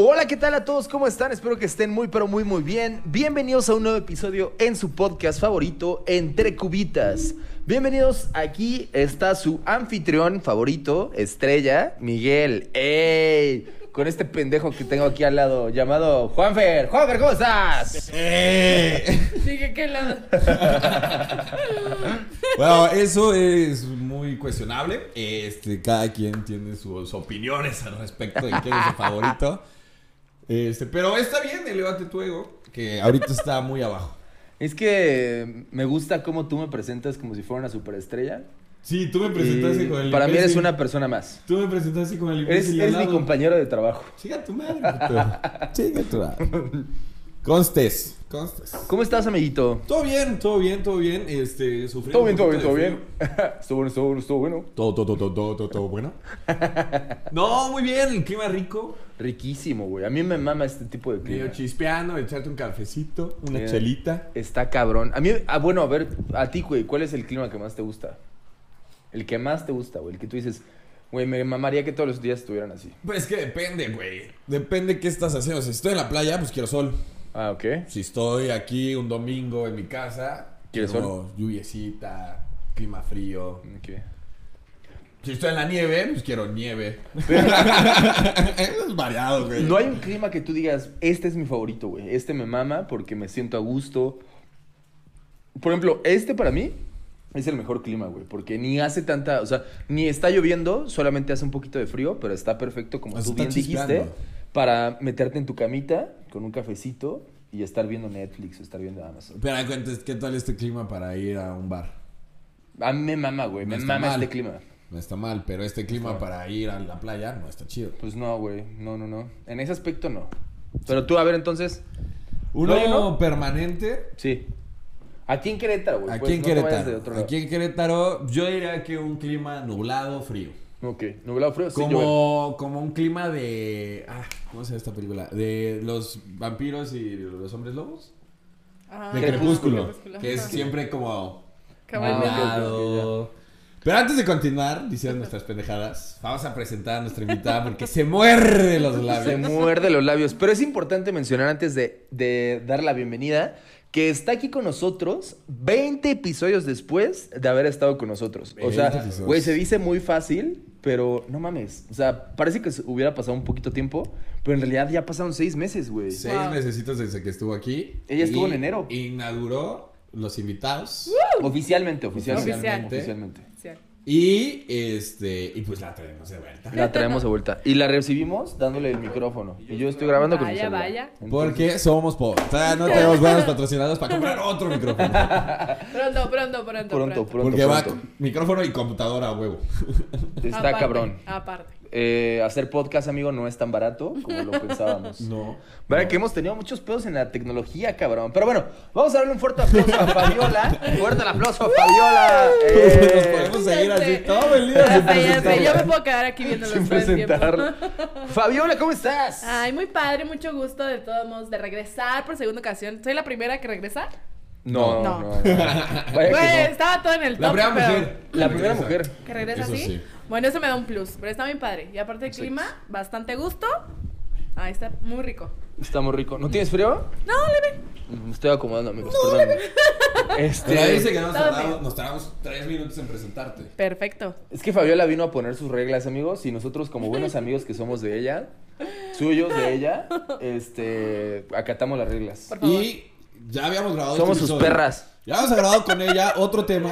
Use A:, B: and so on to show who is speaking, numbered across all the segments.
A: Hola, ¿qué tal a todos? ¿Cómo están? Espero que estén muy, pero muy, muy bien. Bienvenidos a un nuevo episodio en su podcast favorito, Entre Cubitas. Bienvenidos, aquí está su anfitrión favorito, estrella, Miguel. ¡Ey! Con este pendejo que tengo aquí al lado, llamado Juanfer. Juanfer, ¿cómo estás?
B: Eh.
C: Dije que la...
B: Bueno, eso es muy cuestionable. Este, cada quien tiene sus opiniones al respecto de quién es su favorito. Este, pero está bien, elevate tu ego, que ahorita está muy abajo.
A: Es que me gusta cómo tú me presentas como si fuera una superestrella.
B: Sí, tú me presentaste
A: Y
B: con el
A: Eh, para mí eres
B: imbécil.
A: una persona más.
B: Tú me presentaste con el
A: Eres,
B: imbécil y al
A: eres mi
B: lado.
A: compañero de trabajo.
B: Siga tu madre. puto. Siga tu madre. Constes. Constes.
A: ¿Cómo estás, amiguito?
B: Todo bien, todo bien, todo bien. Este, sufrí
A: Todo
B: un
A: bien, todo bien,
B: poquito
A: todo
B: de
A: bien.
B: frío.
A: Estuvo bueno, estuvo bueno, estuvo bueno.
B: Todo, todo, todo, todo, todo, todo bueno. No, muy bien, el clima rico.
A: Riquísimo, güey. A mí me mama este tipo de
B: Medio
A: clima.
B: chispeando, echarte un cafecito, una
A: Bien.
B: chelita.
A: Está cabrón. A mí, ah, bueno, a ver, a ti, güey, ¿cuál es el clima que más te gusta? El que más te gusta, güey. El que tú dices, güey, me mamaría que todos los días estuvieran así.
B: Pues es que depende, güey. Depende qué estás haciendo. Si estoy en la playa, pues quiero sol.
A: Ah, ok.
B: Si estoy aquí un domingo en mi casa,
A: ¿Quieres
B: quiero lluviecita, clima frío.
A: Ok.
B: Si estoy en la nieve, pues quiero nieve. es variado, güey.
A: No hay un clima que tú digas, este es mi favorito, güey. Este me mama porque me siento a gusto. Por ejemplo, este para mí es el mejor clima, güey. Porque ni hace tanta, o sea, ni está lloviendo, solamente hace un poquito de frío, pero está perfecto, como
B: O sea,
A: tú
B: está
A: bien dijiste,
B: chispeando.
A: para meterte en tu camita con un cafecito y estar viendo Netflix o estar viendo Amazon.
B: Pero cuentes, ¿qué tal este clima para ir a un bar?
A: A mí me mama, güey.
B: No
A: Me
B: está
A: mama
B: mal.
A: este clima.
B: No está mal, pero este clima para ir a la playa no está chido.
A: Pues no, güey. No, no, no. En ese aspecto no. Pero tú, a ver, entonces.
B: Uno
A: No, yo no.
B: permanente
A: Sí. Aquí en Querétaro, güey.
B: Aquí
A: pues,
B: en
A: no te vayas de
B: Querétaro.
A: otro lado.
B: Aquí en Querétaro, yo diría que un clima nublado, frío.
A: Ok, nublado frío, sí, llover.
B: Como, como un clima de. Ah, ¿Cómo se llama esta película? De los vampiros y los hombres lobos.
C: Ah,
B: De
A: Crepúsculo.
B: Crepúsculo. Que es
C: Ajá.
B: siempre como.
C: Cabalmente.
A: Ah.
B: nublado. Pero antes de continuar diciendo nuestras pendejadas, vamos a presentar a nuestra invitada porque se muerde los
A: Se
B: labios.
A: muerde los labios. Pero es importante mencionar antes de, de dar la bienvenida que está aquí con nosotros 20 episodios después de haber estado con nosotros. O
B: 20
A: sea,
B: episodios.
A: güey, se dice muy fácil, pero no mames. O sea, parece que hubiera pasado un poquito tiempo, pero en realidad ya pasaron seis meses, güey.
B: Seis
C: Wow.
B: mesecitos desde que estuvo aquí.
A: Ella estuvo
B: Y
A: en enero.
B: Inauguró los invitados.
A: Oficialmente, oficialmente.
C: Oficial.
A: Oficialmente.
C: Sí.
B: Y este. Y pues la traemos de vuelta.
A: La traemos de vuelta. Y la recibimos dándole el micrófono. Y yo estoy grabando con mi
C: Vaya,
A: celular.
C: vaya.
A: Entonces-
B: Porque somos pobres. O sea, no tenemos buenos patrocinadores para comprar otro micrófono.
C: Pronto, pronto, pronto.
A: Pronto, pronto.
B: Porque va
A: pronto.
B: con micrófono y computadora a huevo.
A: Está
C: Aparte,
A: cabrón.
C: Aparte.
A: Eh, hacer podcast, amigo, no es tan barato como lo pensábamos.
B: No.
A: Verdad que hemos tenido muchos pedos en la tecnología, cabrón. Pero bueno, vamos a darle un fuerte aplauso a Fabiola. Fuerte el aplauso a Fabiola.
B: Pues Nos
A: Eh,
B: podemos seguir así
C: Fíjense.
B: todo el día
C: Ya
B: sin
C: sé, ya sé, Yo me
B: presentar.
C: puedo quedar aquí viéndolo
A: sin
C: todo el tiempo.
A: presentarlo. Eh, Fabiola, ¿cómo estás?
C: Ay, muy padre, mucho gusto de todos modos de regresar por segunda ocasión. ¿Soy la primera que regresa?
A: No, no.
C: No. Pues,
A: no, Vaya
C: Güey,
A: que no.
C: estaba todo en el
B: Eh,
C: top.
B: La primera
C: pero-
B: mujer.
A: La primera mujer.
C: Que regresa
B: Eso
C: así.
B: sí.
C: Bueno, eso me da un plus, pero está bien padre. Y aparte del
A: Exacto.
C: clima, bastante gusto. Ahí está muy rico.
A: Está muy rico. ¿No tienes frío?
C: No, leve.
A: Me estoy acomodando, amigos. perdóname. Este,
B: Pero ahí dice que nos
C: Todo
B: tardamos,
C: bien.
B: nos tardamos tres minutos en presentarte.
C: Perfecto.
A: Es que Fabiola vino a poner sus reglas, amigos, y nosotros como buenos amigos que somos de ella, suyos de ella, este, acatamos las reglas.
C: Por favor.
B: Y ya habíamos grabado
A: Somos
B: este
A: sus
B: episodio.
A: perras.
B: Ya habíamos grabado con ella otro tema,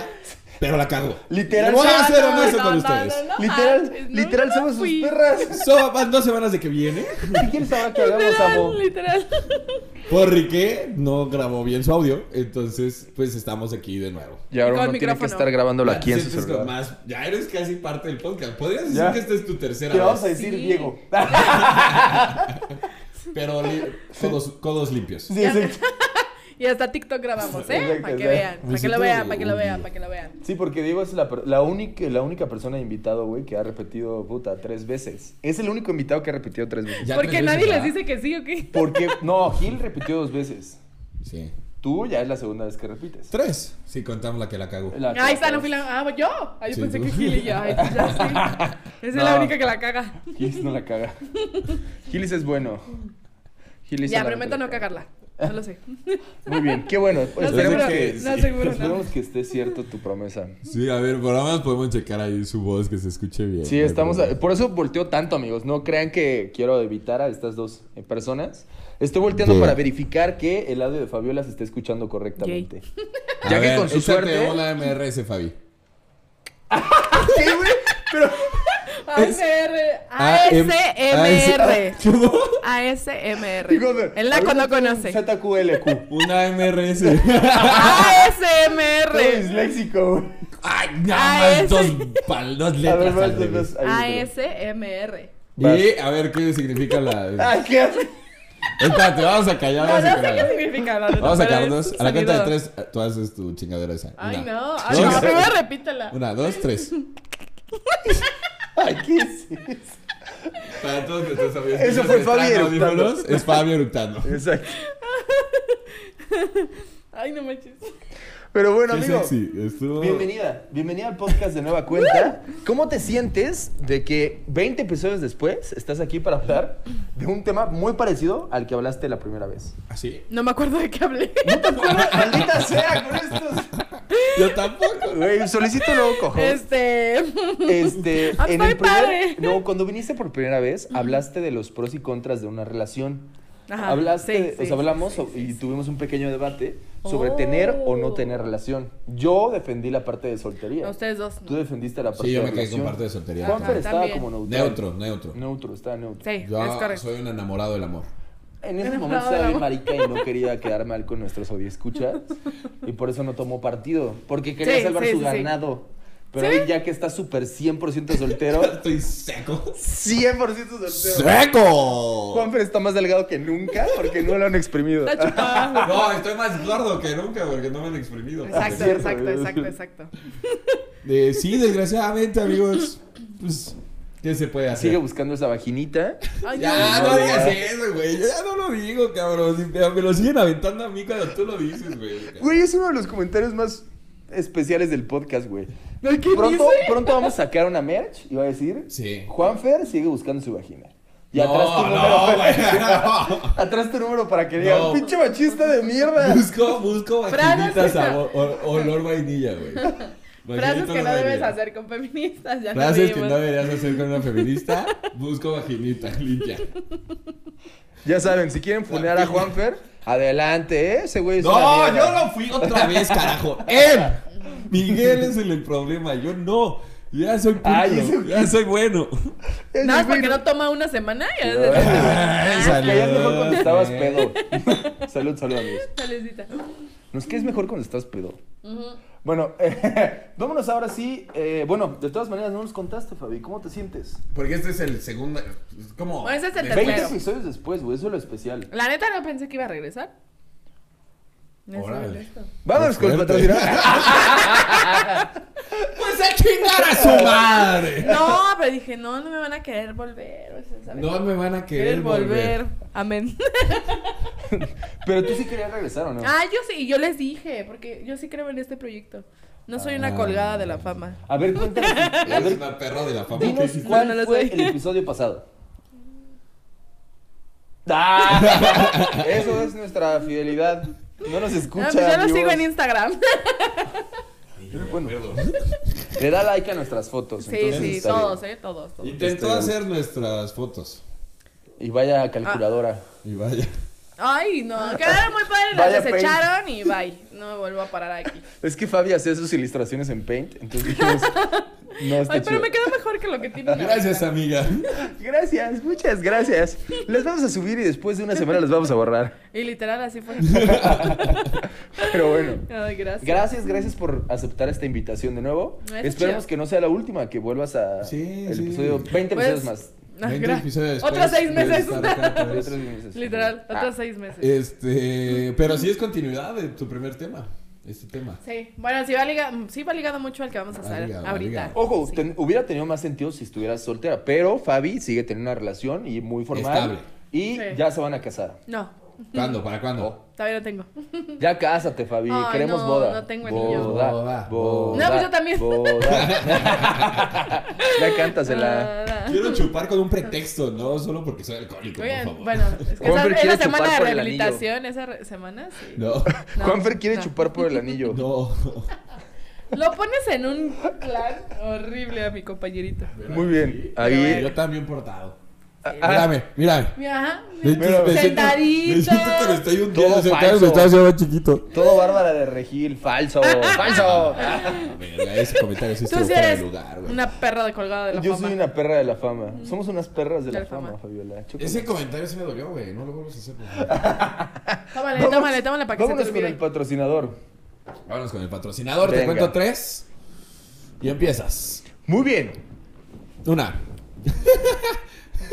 B: pero la cagó.
A: Literal,
B: Voy
A: no,
B: a ser
A: no,
B: honesto
C: Ah, no,
B: con
C: no,
B: ustedes.
C: no, no.
A: literal,
C: manches, no,
A: literal
C: no
A: somos sus
C: fui.
A: perras.
B: So, van dos semanas de que viene.
A: ¿Qué quieres ahora que hagamos, amo?
C: Literal, literal.
B: Porque no grabó bien su audio. Entonces, pues estamos aquí de nuevo.
A: Y ahora
C: Con
A: uno tiene que
C: micrófono.
A: estar grabándolo
B: Ya
A: aquí
B: te
A: en su
B: sientes con
A: celular.
B: más- ya eres casi parte del podcast. Podrías decir
A: Ya.
B: que esta es tu tercera
A: Te vamos a
B: vez,
A: decir
C: Sí.
A: Diego.
B: pero li- codos, codos limpios.
A: Sí, exacto.
C: Y hasta TikTok grabamos, ¿eh?
A: Exacto,
C: Para que
A: exacto.
C: vean, para que
B: Visita
C: lo vean, para que lo
B: de
C: vean,
B: un
C: para que lo vean.
A: Sí, porque Diego es la, per- la única, la única persona invitada, güey, que ha repetido, puta, tres veces. Es el único invitado que ha repetido tres veces.
B: Ya
C: Porque
B: tres veces,
C: nadie les
B: ¿verdad?
C: dice que sí o qué.
A: Porque, no, Gil repitió dos veces.
B: Sí.
A: Tú ya es la segunda vez que repites.
B: Tres, si contamos la que la cagó.
A: La-
C: Ahí está, no fui la. Ah, yo. Ah, yo
B: Sí,
C: pensé
B: tú.
C: que Gil y yo. Ay, ya sí. Esa es la
A: No.
C: única que la caga.
A: Gilis no la caga. Gilis es bueno. Gilis
C: Ya,
A: a la
C: prometo no
A: otra.
C: cagarla. No lo sé.
A: Muy bien, qué bueno.
C: No
A: esperemos
C: seguro,
A: que,
C: no seguro,
A: esperemos
C: no.
A: que esté cierto tu promesa.
B: Sí, a ver, por lo menos podemos checar ahí su voz que se escuche bien.
A: Sí, estamos. Por eso volteo tanto, amigos. No crean que quiero evitar a estas dos eh, personas. Estoy volteando
B: Sí.
A: para verificar que el audio de Fabiola se esté escuchando correctamente.
B: A
A: Ya que
B: ver,
A: con su
B: échate
A: suerte.
B: una MRS, Fabi.
C: ASR.
B: A-M-
C: ASMR.
B: ¿Cómo?
C: ASMR.
A: Digo, de-
C: Él la cuando
A: ahorita
C: conoce.
A: ZQLQ.
B: Una MRS.
A: Todo
C: ASMR.
A: disléxico, güey.
B: Ay, nada más
C: AS.
B: dos, pal- dos
A: A
B: letras.
A: ver, vas,
B: al
A: vas,
B: revés.
A: vas.
C: Ah,
A: Ahí, espera.
C: ASMR.
B: Y a ver qué significa la.
A: Ay, Ah, ¿qué hace?
B: Espérate, vamos a callar.
C: No,
B: Vamos a
C: no sé qué
B: callar.
C: significa. la neta,
B: Vamos a
C: pero
B: callar
C: es
B: dos. A la cuenta
C: sonido.
B: de tres, eh, tú haces tu chingadera esa.
C: Ay,
B: Una.
C: no. Ay, no.
A: Dos.
C: Primero repítela.
B: Una, dos, tres.
A: Ay, ¿qué es eso?
B: Para todos nuestros amigos.
A: Eso
B: que
A: fue
B: están
A: Fabi
B: en
A: eructando.
B: audífonos, Es Fabio eructando.
A: Exacto.
C: Ay, no manches.
A: Pero bueno,
B: Qué
A: amigo.
B: sexy. Estuvo.
A: Bienvenida, bienvenida al podcast de Nueva Cuenta. ¿Cómo te sientes de que 20 episodios después estás aquí para hablar de un tema muy parecido al que hablaste la primera vez?
B: ¿Así?
C: No me acuerdo de qué hablé.
A: ¿No te acuerdas? ¡Maldita sea con estos!
B: Yo tampoco.
A: Güey, solicito luego cojo.
C: Este.
A: Este,
C: Ah,
A: en
C: estoy
A: el primer,
C: padre.
A: no, cuando viniste por primera vez, hablaste de los pros y contras de una relación.
C: Ajá,
A: hablaste,
C: sí,
A: de- o sea,
C: sí,
A: hablamos
C: sí,
A: so-
C: sí,
A: y
C: sí.
A: tuvimos un pequeño debate sobre
C: Oh.
A: tener o no tener relación. Yo defendí la parte de soltería.
C: No, ustedes dos.
A: Tú defendiste la parte
B: Sí, yo
A: de
B: me caí con
A: relación.
B: parte de soltería.
A: Juanfer
C: Ajá,
A: estaba
C: también.
A: como neutral.
B: Neutro, neutro.
A: Neutro, estaba neutro.
C: Sí,
B: Yo
C: es correcto.
B: soy un enamorado del amor.
A: En ese
C: No,
A: momento estaba bien
C: no.
A: marica y no quería quedar mal con nuestros escuchas Y por eso no tomó partido. Porque quería
C: Sí,
A: salvar
C: sí,
A: su
C: sí, sí.
A: ganado. Pero hoy ya que está súper 100% soltero.
B: Estoy seco.
A: 100% soltero.
B: ¡Seco!
A: Juanfer está más delgado que nunca porque no lo han exprimido.
C: Está chupado.
B: No, estoy más gordo que nunca porque no me han exprimido.
C: Exacto,
A: Cierto,
C: exacto,
A: güey.
C: exacto, exacto.
B: Eh, sí, desgraciadamente, amigos. Pues, ¿qué se puede hacer?
A: Sigue buscando esa vaginita.
C: Ay,
B: Ya,
A: No,
B: no,
A: no,
B: digas
A: ya.
B: eso, güey. Yo ya no lo digo, cabrón. Si Me, me lo siguen aventando a mí cuando tú lo dices, güey.
A: Güey, es uno de los comentarios más especiales del podcast, güey.
C: no. ¿Qué
A: Pronto,
C: dice?
A: pronto vamos a sacar una merch y va a decir:
B: Sí.
A: Juanfer sigue buscando su vagina. Y
B: No,
A: atrás tu número.
B: no, güey. no.
A: Atrás tu número para que digan:
B: No.
A: ¡Pinche machista de mierda!
B: Busco, busco
C: Frases
B: vaginitas
C: que-
B: sabor, ol- olor vainilla, güey.
C: Frases
B: Vaginita
C: que no debes
B: vainilla.
C: hacer con feministas. Ya
B: Frases
C: lo
B: que
C: vimos.
B: no deberías hacer con una feminista. Busco vaginita limpia.
A: Ya saben, si quieren funear a Juanfer, adelante, ¿eh? Ese güey es
B: No,
A: una
B: yo
A: mierda.
B: no fui otra vez, carajo. Él. Miguel es el, el problema. Yo no. Ya soy pulcro,
A: Ay, eso-
B: Ya soy bueno.
A: Ese
C: Nada más
A: güey
C: porque no toma una semana. Ya
A: No.
B: Ay, salud.
A: Allá es mejor cuando estabas
B: Eh.
A: pedo. salud, salud, amigos.
C: Saludcita.
A: No es que es mejor cuando estás pedo.
C: Ah, Ujú.
A: Bueno, vámonos ahora sí. eh, bueno, de todas maneras, no nos contaste, Fabi. ¿Cómo te sientes?
B: Porque este es el segundo. es como
C: Bueno, ese es el
A: 20
C: Tercero.
A: episodios después, güey. Eso es lo especial.
C: La neta no pensé que iba a regresar. No es
B: Órale.
C: honesto.
A: Vámonos con el
B: Fuerte.
A: patrocinador.
B: Pues a chingar a su madre.
C: No, pero dije, no, no me van a querer volver. o sea, ¿sabes?
B: No me van a querer
C: Querer
B: volver.
C: Amén.
A: Pero tú sí querías regresar, ¿o no?
C: Ah, yo sí, yo les dije, porque yo sí creo en este proyecto. No soy
B: Ah.
C: una colgada de la fama. Ah,
A: A ver, cuéntanos. A
B: Eres
A: ver,
B: una perra de la fama.
A: dinos
B: ¿Qué hiciste?
A: cuál
C: No, no lo
A: fue
C: soy.
A: el episodio pasado. ¡Ah! Eso es nuestra fidelidad. No nos escucha.
C: No, pues yo lo
A: amigos.
C: sigo en Instagram.
B: Yo no
A: Bueno.
B: me acuerdo.
A: Le da like a nuestras fotos.
C: Sí,
A: entonces
C: sí,
A: está bien.
C: todos, eh, todos, todos.
B: Intentó hacer nuestras fotos.
A: Y vaya calculadora.
C: Ah.
B: Y vaya.
C: Ay, no, quedaron muy padres,
A: Vaya
C: las
A: pain.
C: desecharon y bye. No me vuelvo a parar aquí.
A: Es que Fabi hacía sus ilustraciones en Paint, entonces dijimos, no, está
C: Ay, pero
A: chido.
C: me quedó mejor que lo que tiene.
B: Gracias, amiga.
A: Gracias, muchas gracias. Las vamos a subir y después de una semana las vamos a borrar.
C: Y literal así fue.
A: Pero bueno.
C: Ay, gracias.
A: Gracias, gracias por aceptar esta invitación de nuevo.
C: No, está
A: Esperemos
C: chido.
A: que no sea la última, que vuelvas a
B: Sí,
A: el
B: sí.
A: episodio 20
C: Pues,
A: episodios más.
C: no,
B: 20
C: gra-
B: episodios después,
C: Otros seis
B: puedes
C: meses.
B: estar acá Eh. otra vez.
A: Otros meses.
C: Literal,
A: Ah,
C: otros seis meses.
B: Este, pero sí es continuidad de tu primer tema, este tema.
C: Sí, bueno, sí va, liga- mm, sí va ligado mucho al que vamos a
B: Va
C: hacer
B: ligado, va
C: ahorita.
B: ligado.
A: Ojo,
C: Sí.
A: ten- hubiera tenido más sentido si estuvieras soltera, pero Fabi sigue teniendo una relación y muy formal.
B: Estable.
A: Y
C: Sí.
A: ya se van a casar.
C: No,
B: ¿Cuándo? ¿Para cuándo?
C: Todavía no tengo.
A: Ya cásate, Fabi.
C: Ay,
A: Queremos
C: no,
A: boda.
C: no tengo
A: boda,
C: anillo.
A: boda, boda.
C: No, pues yo también.
A: boda. ya cántasela.
C: Ah,
B: Quiero chupar con un pretexto, no solo porque soy alcohólico, por
C: Oigan,
B: favor.
C: bueno, es que
A: Juanfer
C: esa,
A: quiere
C: esa semana de
A: chupar por el anillo.
C: rehabilitación, esa re- semana, sí.
B: No,
C: No,
A: Juanfer quiere
C: no.
A: chupar por el anillo.
B: no.
C: Lo pones en un plan horrible a mi compañerito.
A: Muy bien.
B: Sí,
A: Ahí.
B: Yo también portado.
A: Ah,
B: Mírame, mírame.
C: Mira, ajá,
B: Me-
A: Mira,
B: me siento-
C: sentadito.
B: Me siento que me estoy hundiendo.
A: Todo
B: sentado,
A: falso.
B: Me estaba haciendo más chiquito.
A: Todo Bárbara de Regil. Falso. Falso.
B: Verga, Ese comentario sí
C: Tú
B: estuvo
C: sí
B: fuera de
C: eres
B: lugar, güey.
C: una perra de colgada de la
A: Yo
C: fama. Mm.
A: soy una perra de la fama. Somos unas perras de
C: De
A: la,
C: la
A: fama,
C: fama.
A: Fabiola. Chúpala.
B: Ese comentario se me dolió, güey. No lo vuelvas a hacer, por favor.
C: Tómale,
A: Vamos-
C: tómale, tómale para que se
A: Vámonos
C: te
A: con
C: olvide.
A: el patrocinador.
B: Vámonos con el patrocinador.
A: Venga.
B: Te cuento tres. Y empiezas.
A: Muy bien.
B: Una.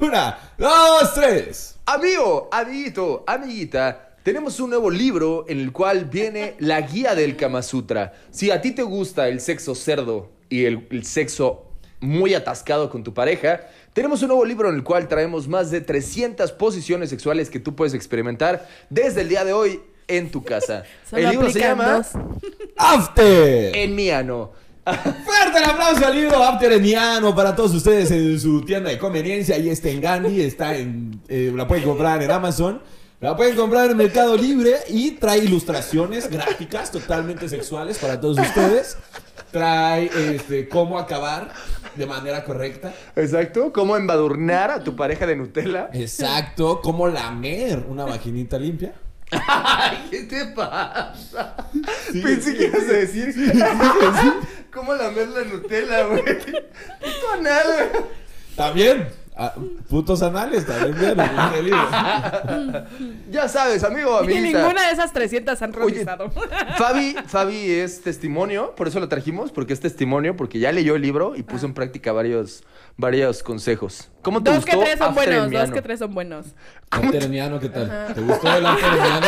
B: Una, dos, tres.
A: Amigo, amiguito, amiguita, tenemos un nuevo libro en el cual viene la guía del Kama Sutra. Si a ti te gusta el sexo cerdo y el, el sexo muy atascado con tu pareja, tenemos un nuevo libro en el cual traemos más de 300 posiciones sexuales que tú puedes experimentar desde el día de hoy en tu casa.
C: Solo
A: el libro se
C: aplican
A: llama
C: dos.
B: After.
A: En mi ano.
B: Eh, Fuerte el aplauso al libro After Eniano para todos ustedes en su tienda de conveniencia. Ahí está en Gandhi, está en, eh, la pueden comprar en Amazon, la pueden comprar en Mercado Libre y trae ilustraciones gráficas totalmente sexuales para todos ustedes. Trae este, cómo acabar de manera correcta.
A: Exacto, cómo embadurnar a tu pareja de Nutella.
B: Exacto, cómo lamer una vaginita limpia.
A: ¿Qué te pasa?
B: Sí,
A: Pensé
B: sí,
A: que ibas a decir cómo lamer la Nutella, güey. Puto anal, güey.
B: También, ah, putos anales, también bien, en el libro.
A: Ya sabes, amigo,
C: Y
A: amiguita.
C: ninguna de esas 300 han
A: Oye,
C: realizado.
A: Fabi, Fabi es testimonio, por eso lo trajimos, porque es testimonio, porque ya leyó el libro y puso en práctica varios, varios consejos. ¿Cómo te
C: Ah. Dos que
A: gustó?
C: tres son
A: After
C: buenos, dos
A: Miano?
C: que tres son buenos.
B: Afterniano, ¿qué tal? ¿Te gustó el afterniano?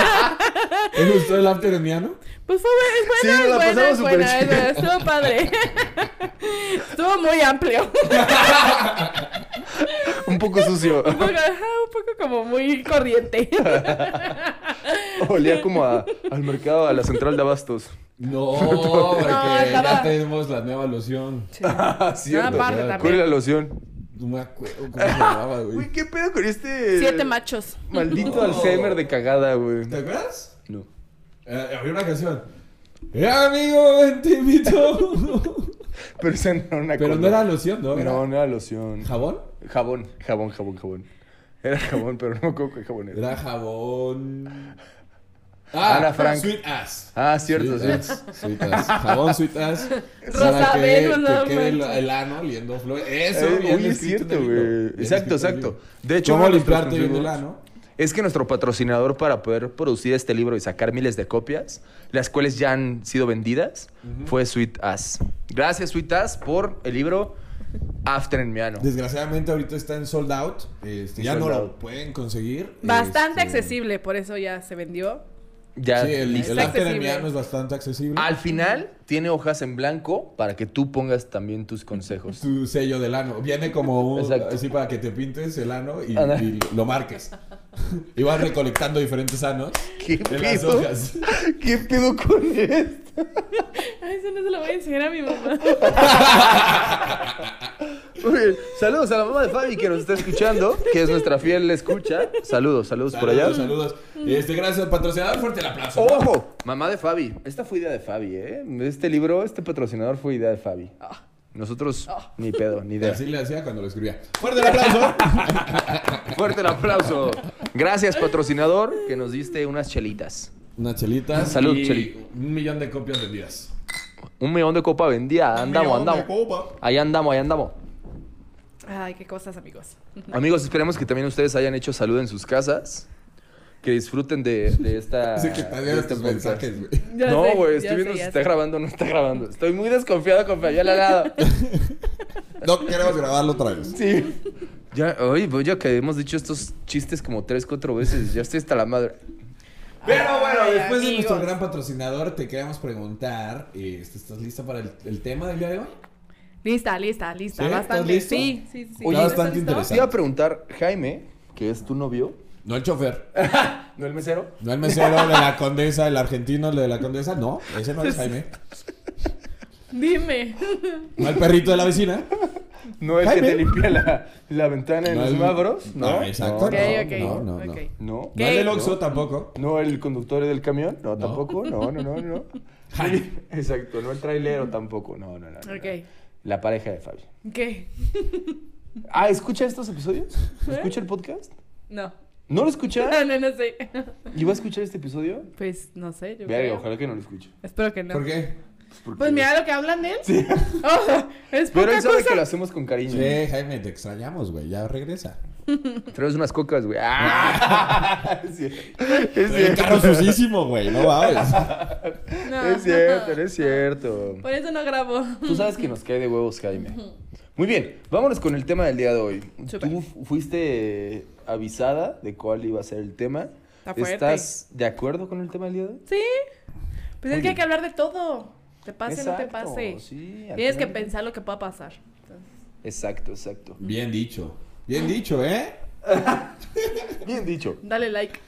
B: ¿Te gustó el afterniano?
C: Pues fue bu-
A: Sí, nos la
C: es buena, es
A: pasamos súper
C: buena, es buena, es buena, estuvo padre. estuvo muy amplio.
A: Un poco sucio.
C: un, poco, ajá, un poco como muy corriente.
A: Olía como a- al mercado, a la central de abastos.
B: No, porque
C: No, estaba-
B: ya tenemos la nueva loción.
A: Ah, cierto.
C: aparte
A: ¿Cuál
C: también.
A: es la loción?
B: No me acuerdo cómo se llamaba, güey.
A: Güey, ¿qué pedo con este?
C: Siete machos.
A: Maldito
B: No.
A: Alzheimer de cagada, güey.
B: ¿Te acuerdas?
A: No.
B: Eh, había una canción. Eh, amigo, ven, te invito.
A: Pero esa no era una
B: Pero
A: cosa.
B: no era loción, ¿no? Era
A: No, no era loción.
B: jabón.
A: Jabón, jabón, jabón, jabón. Era jabón, pero no me acuerdo qué jabón era.
B: Era jabón. Ah,
A: Ana Frank.
B: Sweet ass.
A: Ah, cierto,
B: Sweet
A: sí.
B: ass, sweet ass. Jabón sweet ass.
C: Rosa
B: para que
C: Venus, no
B: te quede el,
C: manches.
B: el ano oliendo flores. Eso,
A: Eh,
B: bien
A: Oye, es
B: escrito en
A: cierto,
B: el libro.
A: güey.
B: Bien
A: Exacto,
B: escrito en el
A: exacto.
B: libro.
A: De hecho,
B: ¿Cómo
A: uno de nuestros
B: limpiarte bien el
A: consejos
B: ano?
A: Es que nuestro patrocinador para poder producir este libro y sacar miles de copias, las cuales ya han sido vendidas, fue Sweet Ass. Gracias, Sweet Ass, por el libro After en Miano.
B: Desgraciadamente ahorita está en sold out. Este, ya
A: Sold
B: no
A: out.
B: lo pueden conseguir.
C: Bastante
B: Este,
C: accesible, por eso ya se vendió.
A: Ya
B: Sí, el,
A: listo.
B: el
C: Está
B: arte de
C: accesible.
B: Miano es bastante accesible.
A: Al final tiene hojas en blanco para que tú pongas también tus consejos.
B: Tu sello del ano. Viene como un-
A: Exacto.
B: así para que te pintes el ano y,
A: Ana.
B: y lo marques. Y vas recolectando diferentes anos
A: ¿Qué
B: en las
A: pedo?
B: hojas.
A: ¿Qué pedo con esto?
C: Ay, eso no se lo voy a enseñar a mi mamá.
A: Muy bien. Saludos a la mamá de Fabi que nos está escuchando, que es nuestra fiel escucha. Saludos, saludos, por allá. Oh,
B: Saludos, saludos.
C: Mm.
B: Este, gracias al patrocinador. Fuerte el aplauso. ¿no?
A: ¡Ojo! Mamá de Fabi. Esta fue idea de Fabi, ¿eh? Este libro, este patrocinador fue idea de Fabi. Nosotros, ni pedo, ni idea.
B: Así le hacía cuando lo escribía. ¡Fuerte el aplauso!
A: Fuerte el aplauso. Gracias, patrocinador, que nos diste unas chelitas.
B: Unas chelitas.
A: Salud,
B: y
A: Cheli.
B: Un millón de copias vendidas.
A: Un millón de copa vendida. Andamos,
B: Un millón de
A: andamos.
B: copas.
A: Ahí andamos, ahí andamos.
C: Ay, qué cosas, amigos.
A: Amigos, esperemos que también ustedes hayan hecho salud en sus casas. Que disfruten de, de esta.
B: Dice que
A: de
B: también
A: este
B: estos
A: podcast.
B: mensajes, güey.
C: Ya
A: no,
C: sé,
A: güey,
C: ya
A: estoy
C: sé,
A: viendo si
C: ya
A: está
C: sé.
A: grabando o no está grabando. Estoy muy desconfiado con Fabiola al lado.
B: No queremos grabarlo otra vez.
A: Sí. Ya, oye, pues ya que hemos dicho estos chistes como tres, cuatro veces, ya estoy hasta la madre.
B: Pero bueno,
C: Ah, Ay,
B: después de nuestro
C: amigos.
B: gran patrocinador, te queremos preguntar: este, ¿estás lista para el, el tema del día de hoy?
C: Lista, lista, lista.
B: ¿Sí? ¿Estás
C: Bastante.
B: listo?
C: Sí, sí, sí.
A: Oye, bastante
C: ¿Ya estás listo?
B: interesante.
A: Te iba a preguntar, Jaime, que es tu novio,
B: No el chofer,
A: ¿No el mesero?
B: no el mesero el de la condesa, el argentino, el de la condesa, no, ese no es Jaime.
C: Dime.
B: No el perrito de la vecina.
A: ¿No el
B: Jaime.
A: que te limpia la, la ventana en
B: No
A: los
B: el-
A: mabros? No,
B: No, exacto,
C: Ok,
A: No,
C: ok.
B: no, no, no.
C: ok.
A: no.
B: No el del Oxxo tampoco.
A: ¿No el conductor del camión? No, tampoco. No, no, no, no. Exacto, no el trailero tampoco. No, no, no. no, no.
C: Ok.
A: La pareja de Fabi.
C: ¿Qué?
A: Ah, ¿escucha estos episodios?
C: ¿Eh?
A: ¿Escucha el podcast?
C: No.
A: ¿No lo escucha?
C: No, no, no sé.
A: ¿Y va a escuchar este episodio?
C: Pues no sé. Yo
A: Verga,
C: creo.
A: ojalá que no lo escuche.
C: Espero que no.
B: ¿Por qué?
A: Pues, porque-
C: Pues mira lo que hablan de él.
A: Sí.
C: O sea, es
A: Pero
C: poca
A: él sabe
C: cosa.
A: que lo hacemos con cariño.
B: Sí, Jaime, te extrañamos, güey, ya regresa.
A: Traes unas cocas, güey. ¡Ah! Sí. Es
B: El carro
A: cierto.
B: sucísimo, güey, no mames.
C: No.
A: Es cierto, es cierto.
C: Por eso no grabo.
A: Tú sabes que nos cae de huevos, Jaime. Muy bien, vámonos con el tema del día de hoy.
C: Súper.
A: Tú fu- fuiste avisada de cuál iba a ser el tema.
C: Está fuerte.
A: ¿Estás de acuerdo con el tema del día de hoy?
C: Sí. Pues es que hay que hablar de todo. Te pase, no te
A: Exacto,
C: pase.
A: sí, al
C: Tienes que
A: final-
C: pensar lo que pueda pasar. Entonces,
A: Exacto, exacto.
B: Bien dicho. Bien dicho, ¿eh?
A: Bien dicho.
C: dale like.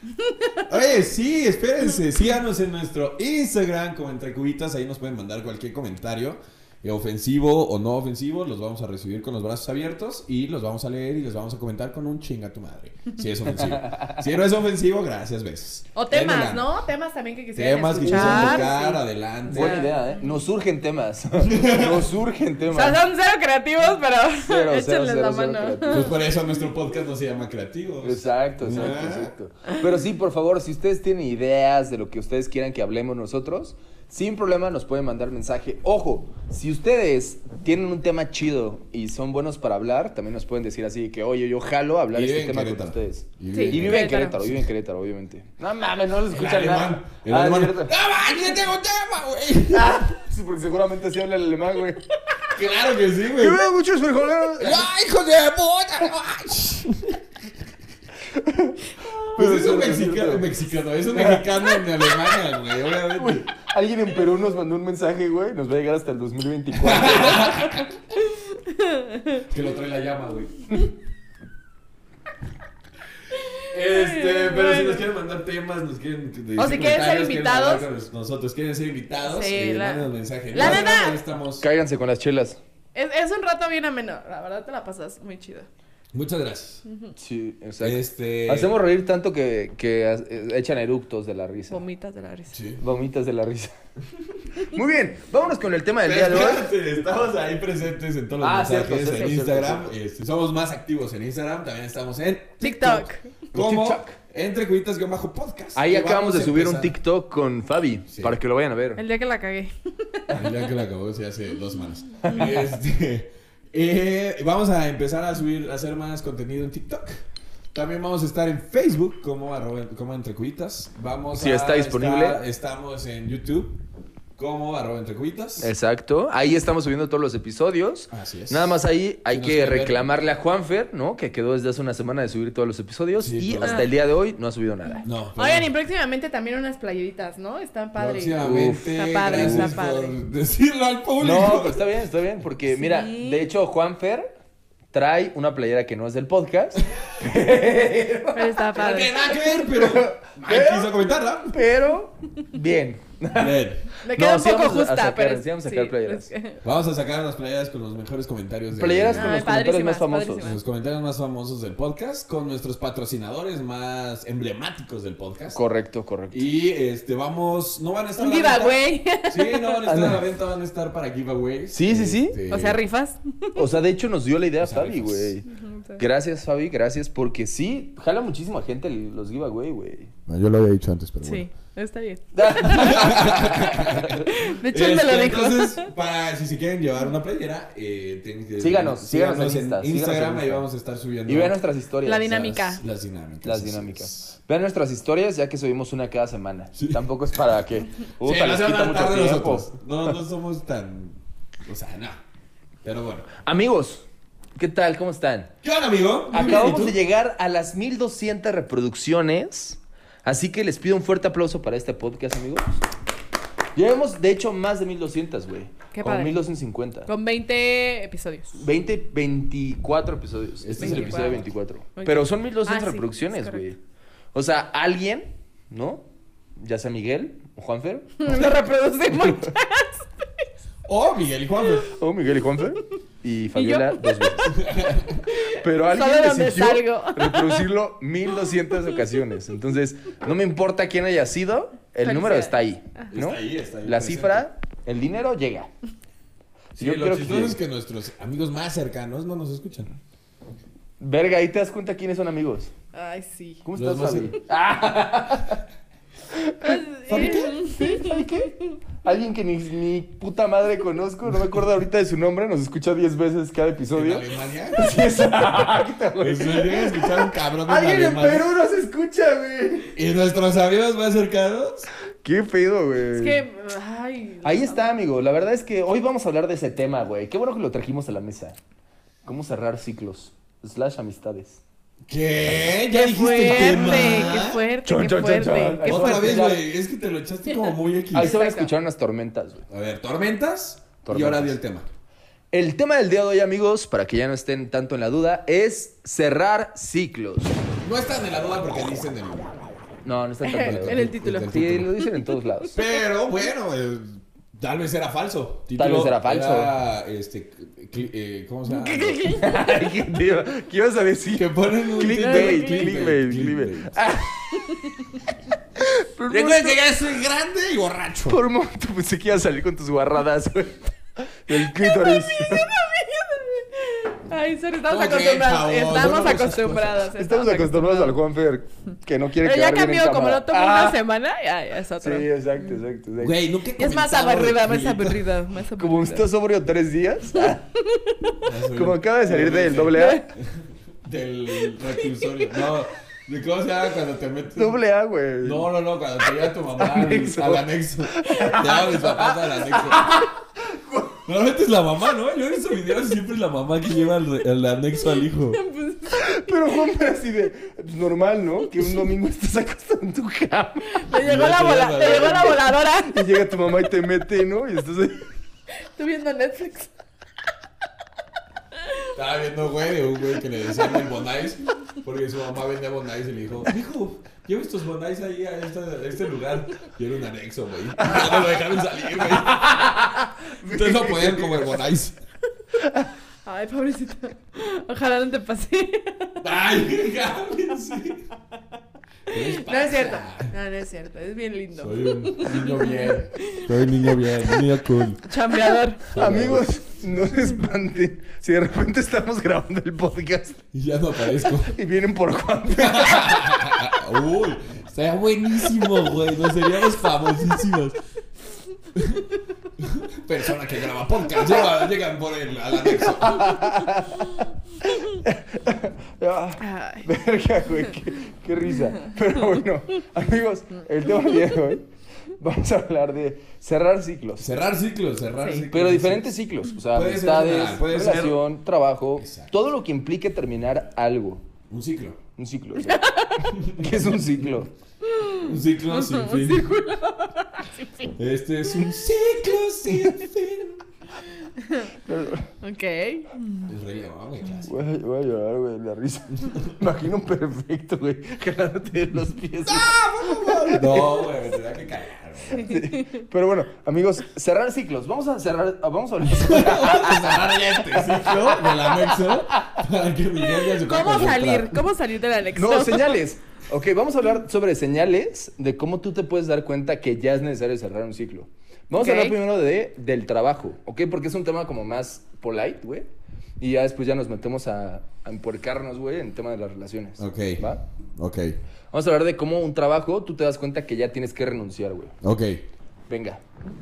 B: Oye, sí, espérense, síganos en nuestro Instagram como Entre Cubitas, ahí nos pueden mandar cualquier comentario, eh, ofensivo o no ofensivo, los vamos a recibir con los brazos abiertos y los vamos a leer y les vamos a comentar con un chinga tu madre, si es ofensivo. si no es ofensivo, gracias, besos.
C: O
B: Denle
C: temas,
B: lana.
C: ¿no? Temas también que quisieran
B: Temas que quisieran
C: escuchar.
B: tocar,
C: sí.
B: adelante.
A: Buena idea, ¿eh? Nos surgen temas. Nos surgen
C: O sea,
A: temas.
C: son cero creativos, pero
A: Cero,
C: échenles
A: cero, cero,
C: la
A: cero
C: mano.
A: creativos.
B: Pues por eso nuestro podcast no se llama Creativos. Ah.
A: Exacto, exacto, exacto. Pero sí, por favor, si ustedes tienen ideas de lo que ustedes quieran que hablemos nosotros, sin problema nos pueden mandar mensaje. Ojo, si ustedes tienen un tema chido y son buenos para hablar, también nos pueden decir así que, oye, yo jalo a hablar
B: Y
A: este
B: vive en
A: tema
B: Querétaro.
A: con ustedes.
B: Y
C: Sí.
B: vive
A: Y
B: en
A: vive en Querétaro,
C: Querétaro.
A: vive en Querétaro, obviamente. No mames, no lo
B: El
A: escuchan
B: alemán.
A: nada.
B: El
A: Ah,
B: alemán.
A: de verdad.
B: ¡No manches, tengo tema, güey!
A: Ah, sí, porque seguramente sí habla el alemán, güey.
B: Claro que sí, güey.
A: muchos
B: ¡Ay, hijo de puta! Pues es un mexicano, mexicano, es un mexicano en Alemania, güey, obviamente.
A: Alguien en Perú nos mandó un mensaje, güey. Nos va a llegar hasta el 2024.
B: Que lo trae la llama, güey. Este, pero si nos quieren mandar temas, nos quieren. decir
C: O si quieren ser
B: comentarios,
C: invitados.
B: hablar con nosotros quieren ser invitados,
C: Sí,
B: eh,
C: la-
B: mándenos mensaje.
C: la
B: Nosotros
C: neta.
B: estamos-
A: Cáiganse con las chelas.
C: Es, es un rato bien ameno. La verdad te la pasas muy chido.
B: Muchas gracias.
A: Sí, exacto.
B: Este.
A: Hacemos reír tanto que, que as- eh, echan eructos de la risa.
C: Vomitas de la risa.
B: Sí.
A: Vomitas de la risa. Muy bien, vámonos con el tema del día de hoy.
B: Espérate, estamos ahí presentes en todos los
A: Ah,
B: mensajes,
A: cierto, cierto,
B: en
A: cierto,
B: Instagram.
A: cierto.
B: este, somos más activos en Instagram, también estamos en
C: TikTok.
B: como
A: TikTok.
B: Entre Cubitas bajo podcast.
A: Ahí
B: Y
A: acabamos de
B: vamos a
A: subir un
B: empezar-
A: TikTok con Fabi
B: Sí.
A: para que lo vayan a ver.
C: El día que la cagué.
B: Ah, Ya que la acabó, sí, hace dos semanas. Este, eh, vamos a empezar a subir, a hacer más contenido en TikTok. También vamos a estar en Facebook como, arroba- como Entre Cubitas. Vamos
A: Si
B: a
A: está disponible.
B: estar- estamos en YouTube como arroba Entre Cubitas.
A: Exacto, ahí estamos subiendo todos los episodios.
B: Así es.
A: Nada más ahí hay
B: nos
A: que
B: quieren ver.
A: reclamarle a Juanfer, ¿no? Que quedó desde hace una semana de subir todos los episodios
B: Sí,
A: y
B: pero-
A: hasta el día de hoy no ha subido nada.
B: No, pero-
C: Oigan, y próximamente también unas playeritas, ¿no? Están padres.
B: Próximamente,
C: Uf. Está padre, está
B: gracias
C: padre.
B: por decirlo al público.
A: No, pero está bien, está bien, porque
C: Sí.
A: mira, de hecho Juanfer trae una playera que no es del podcast,
C: Pero está
B: No tiene
C: padre.
B: nada que ver, pero Mike quiso comentarla.
A: pero bien.
B: Bien,
C: Me queda
A: No,
C: un
A: sí
C: poco
A: vamos a
C: justa,
A: sacar-
C: pero.
A: sí vamos a sacar playeras.
C: es-
B: vamos a sacar las playeras con los mejores comentarios. de-
A: Playeras con
C: Ay, pues,
A: los comentarios más
C: padrísimas,
A: famosos.
C: padrísimas.
B: Los comentarios más famosos del podcast con nuestros patrocinadores más emblemáticos del podcast.
A: Correcto, correcto.
B: Y este, vamos, no van a estar
C: Un
B: a la
C: giveaway.
B: venta. Sí, no van a estar
A: Ah,
B: a
A: no.
B: la venta, van a estar para giveaways.
A: Sí, sí, sí.
B: Este,
C: O sea, rifas.
A: O sea, de hecho nos dio la idea
B: O sea,
A: Fabi,
B: pues,
A: güey. Gracias, Fabi, gracias, porque sí, jala muchísima gente el- los giveaway, güey.
B: Bueno, yo lo había dicho antes, pero
C: Sí, está bien. De hecho, él me
B: Este,
C: lo dijo.
B: entonces, para, si se quieren llevar una playera, eh, tienen que-
A: Síganos, síganos en Insta,
B: Instagram,
A: síganos en
B: ahí
A: Insta.
B: vamos a estar subiendo
A: Y vean nuestras historias.
C: La dinámica.
B: Las, las dinámicas.
A: Las
B: así
A: dinámicas.
B: es.
A: Vean nuestras historias, ya que subimos una cada semana. Tampoco es para que.
B: Sí,
A: Puta,
B: no
A: les
B: se van
A: quita
B: a
A: mucho
B: hartar de
A: tiempo.
B: nosotros. No, no somos tan. O sea, no. Pero bueno.
A: Amigos, ¿qué tal? ¿Cómo están?
B: ¿Qué onda, amigo? Muy bien, ¿y
A: Acabamos
B: tú?
A: de llegar a las 1200 reproducciones. Así que les pido un fuerte aplauso para este podcast, amigos. Llevamos, de hecho, más de 1200, güey.
C: Qué
A: Como
C: padre.
A: 1250.
C: Con 20 episodios.
A: 20, 24 episodios. Este es el episodio 24.
C: 24.
A: Pero son 1200
C: Ah, sí,
A: reproducciones,
C: es
A: güey.
C: correcto.
A: O sea, alguien, ¿no? Ya sea Miguel o Juanfer.
C: Lo reproducimos muchas.
B: Oh, Miguel y Juan.
A: O Miguel y Juanfer. Y Fabiola dos veces. Pero alguien
C: Solo donde
A: decidió
C: salgo.
A: reproducirlo 1200 ocasiones. Entonces, no me importa quién haya sido, el
C: Felicidades.
A: número está ahí, ¿no?
B: Está ahí, está ahí
A: La
B: presente.
A: cifra, el dinero llega.
B: Sí,
A: Yo creo
B: lo chistoso
A: que-
B: es que nuestros amigos más cercanos no nos escuchan.
A: Verga, ahí te das cuenta quiénes son amigos.
C: Ay, sí.
A: ¿Cómo
B: Los
A: estás,
B: más
A: Fabi? Ah,
B: cercanos.
A: ¿Sabe
C: Eh,
A: qué? ¿Sí? ¿Sabe qué? Alguien que ni, ni puta madre conozco, no me acuerdo ahorita de su nombre, nos escucha 10 veces cada
B: ¿En
A: episodio.
B: Alemania?
A: Sí, exacto, güey.
B: Pues, llegan a escuchar a un cabrón en
A: Alguien en
B: Alemania.
A: Perú nos escucha, güey.
B: ¿Y nuestros amigos más cercanos?
A: Qué pedo, güey.
C: Es que. Ay.
A: Ahí está, amigo. La verdad es que hoy vamos a hablar de ese tema, güey. Qué bueno que lo trajimos a la mesa. Cómo cerrar ciclos. Slash amistades.
B: ¿Qué? ¿Ya
C: Qué
B: dijiste
C: fuerte,
B: tema?
C: qué fuerte,
A: Chon,
C: qué
A: chon, chon, chon.
C: fuerte, qué
B: Otra vez,
C: fuerte.
B: güey. Es que te lo echaste como muy aquí.
A: Ahí se van a
C: Exacto.
A: escuchar unas tormentas, güey.
B: A ver, tormentas. Y
A: Tormentas.
B: ahora di el tema.
A: El tema del día de hoy, amigos, para que ya no estén tanto en la duda, es cerrar ciclos.
B: No están en la duda porque dicen el.
A: No, no están tanto en la duda.
C: En el título.
B: en el
A: Sí, lo
B: título.
A: dicen en todos lados.
B: Pero bueno, eh, tal vez era falso.
A: Tal vez era falso.
B: era, este, cli- eh, ¿Cómo se llama?
A: Ay, ¿Qué, te iba- qué ibas a decir?
B: que ponen un
A: Clickbait, clickbait,
B: clickbait,
A: clickbait. Ah. Por
B: Recuerden que
A: momento-
B: ya soy grande y borracho.
A: Por un momento pensé que ibas a salir con tus barradas, güey. El clítoris.
C: Ay, sorry, estamos
B: Ok,
C: acostumbrados.
B: chavos,
C: Estamos
B: no esas
C: acostumbrados.
A: Estamos acostumbrados al Juanfer que no quiere
C: Pero ya
A: quedar bien en
C: cambió, como
A: cámara.
C: no tomó
A: Ah,
C: una semana, ya, ya es
A: Sí,
C: otro.
A: exacto, exacto. exacto.
B: Güey, nunca
C: es más aburrida, más aburrida, más aburrida.
A: Como estás sobrio tres días, ah, como acaba de salir del doble A,
B: Del reclusorio. No, ¿de cómo se llama cuando te metes?
A: doble A, güey.
B: No, no, no, cuando te lleva tu mamá al
A: Anexo.
B: anexo. Al anexo. Te lleva mis papás al anexo. Normalmente es la mamá, ¿no? Yo he visto videos y siempre es la mamá que lleva al, re- al anexo al hijo.
C: Pues,
A: Pero Juanfer así de normal, ¿no? Que un domingo estás acostado en tu cama
C: Te llegó la, vola- te llegó la voladora.
A: y llega tu mamá y te mete, ¿no? Y estás ahí.
C: Estoy viendo Netflix.
B: Estaba viendo, güey, de un güey que le decían el Bonais, porque su mamá vendía Bonais y le dijo, hijo, lleva estos Bonais ahí a este, a este lugar. Y era un anexo, güey. No lo dejaron salir, güey. Ustedes no pues. podían comer Bonais.
C: Ay, pobrecita. Ojalá no te pase.
B: Ay, cálmense. ¿Qué les
C: No es cierto.
B: pasa?
C: No, no es cierto. Es bien lindo.
B: Soy un niño bien. Soy un niño bien, un niño cool.
C: Chambeador.
A: Amigos, no se espanten. Si de repente estamos grabando el podcast
B: Y ya no aparezco.
A: y vienen por Juanfer.
B: Uy, estaría buenísimo, güey. Nos seríamos famosísimos. Persona que graba podcast. Lleva- llegan por el al anexo.
A: Ah.
C: Ay.
A: Verga, güey, qué, qué risa. Pero bueno, amigos, el tema del día de hoy vamos a hablar de cerrar ciclos.
B: Cerrar ciclos, cerrar
C: Sí.
B: ciclos.
A: Pero diferentes ciclos, o sea,
B: Puede ser
A: amistades,
B: general, puede ser-
A: relación, trabajo,
B: Exacto.
A: todo lo que implique terminar algo.
B: Un ciclo.
A: Un ciclo, o sea, ¿qué es un ciclo?
B: Un ciclo sin fin. Este es un ciclo sin fin.
C: Ok.
B: Es re llevado, güey, clásico.
A: Voy a, voy a llorar, güey, la risa. Imagino un perfecto, güey, jalándote de los pies.
B: No, güey, me tendrá que callar, güey.
A: Pero bueno, amigos, cerrar ciclos. Vamos a cerrar, vamos a hablar.
B: Vamos a cerrar ya este ciclo del anexo para que Miguel ya se pueda
C: ¿Cómo
B: concentrar.
C: salir? ¿Cómo salir del anexo?
A: No, señales. Ok, vamos a hablar sobre señales de cómo tú te puedes dar cuenta que ya es necesario cerrar un ciclo. Vamos a
C: Ok.
A: hablar primero de, del trabajo, ¿ok? Porque es un tema como más polite, güey. Y ya después ya nos metemos a, a empuercarnos, güey, en el tema de las relaciones.
B: Ok.
A: ¿Va?
B: Ok,
A: Vamos a hablar de cómo un trabajo tú te das cuenta que ya tienes que renunciar, güey.
B: ok.
A: Venga.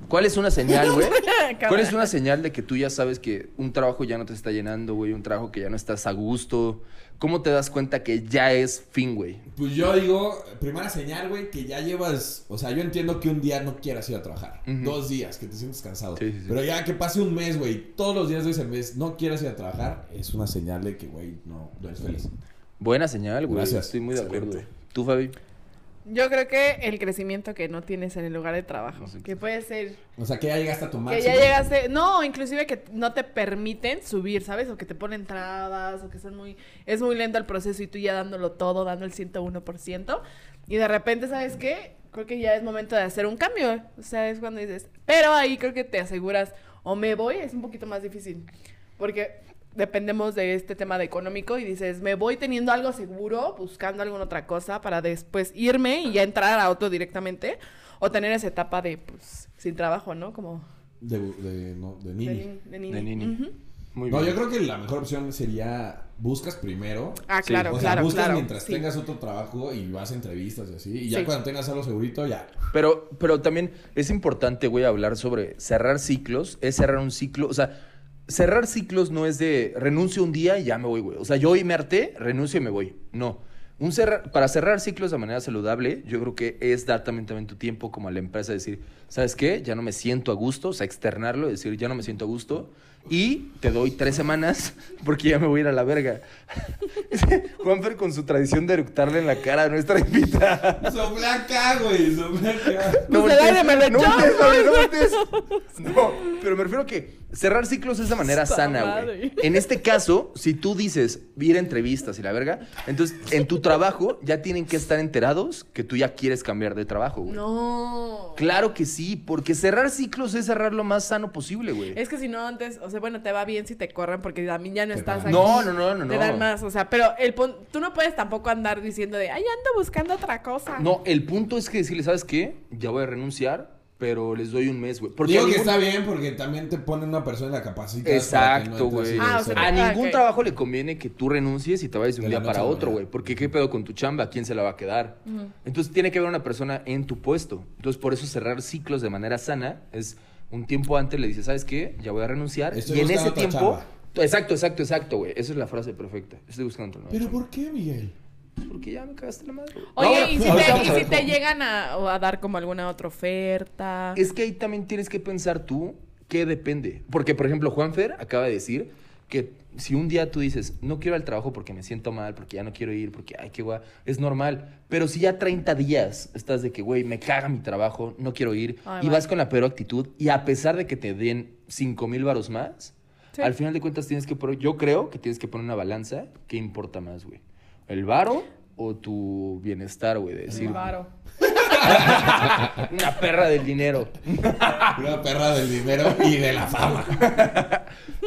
A: ¿Cuál es una señal, güey? ¿Cuál
C: Cámara.
A: es una señal de que tú ya sabes que un trabajo ya no te está llenando, güey? Un trabajo que ya no estás a gusto. ¿Cómo te das cuenta que ya es fin, güey?
B: Pues yo digo, primera señal, güey, que ya llevas. O sea, yo entiendo que un día no quieras ir a trabajar.
A: Ujú.
B: Dos días, que te sientes cansado.
A: Sí, sí, sí.
B: Pero ya que pase un mes, güey, todos los días de ese mes no quieras ir a trabajar, es una señal de que, güey, no, no eres feliz.
A: Buena señal, güey.
B: Gracias.
A: Estoy muy de
B: Excelente.
A: acuerdo. Tú, Fabi.
C: Yo creo que el crecimiento que no tienes en el lugar de trabajo,
A: No sé.
C: que puede ser
B: O sea, que ya llegaste a tu máximo.
C: que ya llegaste, no, inclusive que no te permiten subir, ¿sabes? O que te ponen trabas, o que son muy, es muy lento el proceso y tú ya dándolo todo, dando el 101%, y de repente, ¿sabes qué? Creo que ya es momento de hacer un cambio, o sea, es cuando dices, pero ahí creo que te aseguras, o me voy, es un poquito más difícil, porque dependemos de este tema de económico y dices, me voy teniendo algo seguro, buscando alguna otra cosa para después irme y ya entrar a otro directamente, o tener esa etapa de, pues, sin trabajo, ¿no? Como
B: De, de, no, de nini.
C: de nin- de nini.
A: De nini.
C: Ujú.
A: Muy
B: No,
A: bien.
B: yo creo que la mejor opción sería buscas primero.
C: Ah,
A: Sí,
C: claro,
B: o sea,
C: claro,
B: buscas
C: claro.
B: mientras
C: sí.
B: tengas otro trabajo y vas a entrevistas y así. Y ya
C: Sí.
B: cuando tengas algo segurito, ya.
A: Pero, pero también es importante, güey, hablar sobre cerrar ciclos. Es cerrar un ciclo. O sea, cerrar ciclos no es de renuncio un día y ya me voy, güey. O sea, yo hoy me harté, renuncio y me voy. No. Un cerrar, para cerrar ciclos de manera saludable, yo creo que es dar también, también tu tiempo como a la empresa, decir, ¿sabes qué? Ya no me siento a gusto, o sea, externarlo, decir, ya no me siento a gusto y te doy tres semanas porque ya me voy a ir a la verga. Juanfer con su tradición de eructarle en la cara a nuestra invitada.
B: Soblaca, güey, soblaca.
C: Pues el aire me lo
A: no
C: echó,
A: voltees,
C: güey.
A: no voltees. No, pero me refiero que cerrar ciclos es de manera
C: Esta
A: sana, güey.
C: madre.
A: En este caso, si tú dices ir a entrevistas y la verga, entonces en tu trabajo ya tienen que estar enterados que tú ya quieres cambiar de trabajo, güey.
C: No.
A: Claro que sí, porque cerrar ciclos es cerrar lo más sano posible, güey.
C: Es que si no antes, o sea, bueno, te va bien si te corren porque a mí ya no
B: Te
C: estás
B: dan.
C: aquí.
A: No, no, no, no,
C: Te
A: no.
C: dan más, o sea, pero el pun- tú no puedes tampoco andar diciendo de, ay, ando buscando otra cosa.
A: No, el punto es que decirle, ¿sabes qué? Ya voy a renunciar, pero les doy un mes, güey. Porque
B: Digo
A: a
B: que
A: ningún-
B: está bien porque también te pone una persona la capacidad.
A: Exacto, güey.
C: Ah, o sea,
A: a
C: ah,
A: ningún
C: ok.
A: trabajo le conviene que tú renuncies y te vayas de un
B: De la
A: día para
B: noche a la
A: otro,
B: mañana.
A: güey. Porque qué pedo con tu chamba, ¿quién se la va a quedar? Entonces tiene que haber una persona en tu puesto. Entonces por eso cerrar ciclos de manera sana es un tiempo antes le dices, ¿sabes qué? Ya voy a renunciar.
B: Estoy
A: y en
B: buscando
A: ese
B: otra
A: tiempo...
B: chamba.
A: Exacto, exacto, exacto, güey. Esa es la frase perfecta. Estoy buscando otra nueva
B: Pero
A: chamba.
B: ¿por qué, Miguel?
A: Porque ya me cagaste la madre. güey.
C: Oye,
A: No,
C: ¿y si,
A: ahorita
C: te,
A: vamos
C: y
A: a
C: si
A: ver.
C: te llegan a, o a dar como alguna otra oferta?
A: Es que ahí también tienes que pensar tú qué depende. Porque, por ejemplo, Juanfer acaba de decir que si un día tú dices, no quiero ir al trabajo porque me siento mal, porque ya no quiero ir, porque, ay, qué guay, es normal. Pero si ya 30 días estás de que, güey, me caga mi trabajo, no quiero ir,
C: Ay,
A: y
C: vale.
A: vas con la peor actitud, y a pesar de que te den 5 mil varos más,
C: Sí.
A: al final de cuentas tienes que, poner- yo creo que tienes que poner una balanza, ¿qué importa más, güey? ¿El varo o tu bienestar, güey? De decir,
C: Varo.
A: una perra del dinero. Ah.
B: Una perra del dinero y de la fama.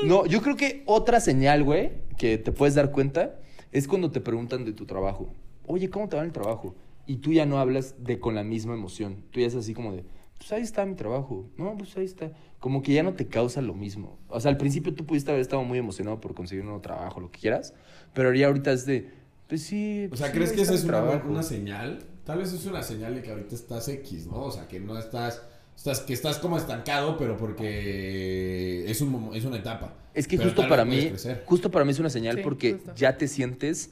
A: No, yo creo que otra señal, güey, que te puedes dar cuenta es cuando te preguntan de tu trabajo. Oye, ¿cómo te va en el trabajo? Y tú ya no hablas de con la misma emoción. Tú ya es así como de, pues ahí está mi trabajo. No, pues ahí está. Como que ya no te causa lo mismo. O sea, al principio tú pudiste haber estado muy emocionado por conseguir un nuevo trabajo, lo que quieras, pero ya ahorita es de, pues sí.
B: O
A: pues
B: sea,
A: sí,
B: ¿crees
A: ahí
B: que esa
A: está
B: es
A: mi
B: una,
A: trabajo.
B: una señal? Tal vez es una señal de que ahorita estás X, ¿no? O sea, que no estás... estás que estás como estancado, pero porque es, un, mo- es una etapa.
A: Es que
B: Pero
A: justo
B: tal vez
A: para
B: puedes
A: mí,
B: crecer.
A: justo para mí es una señal
C: Sí,
A: porque
C: justo.
A: ya te sientes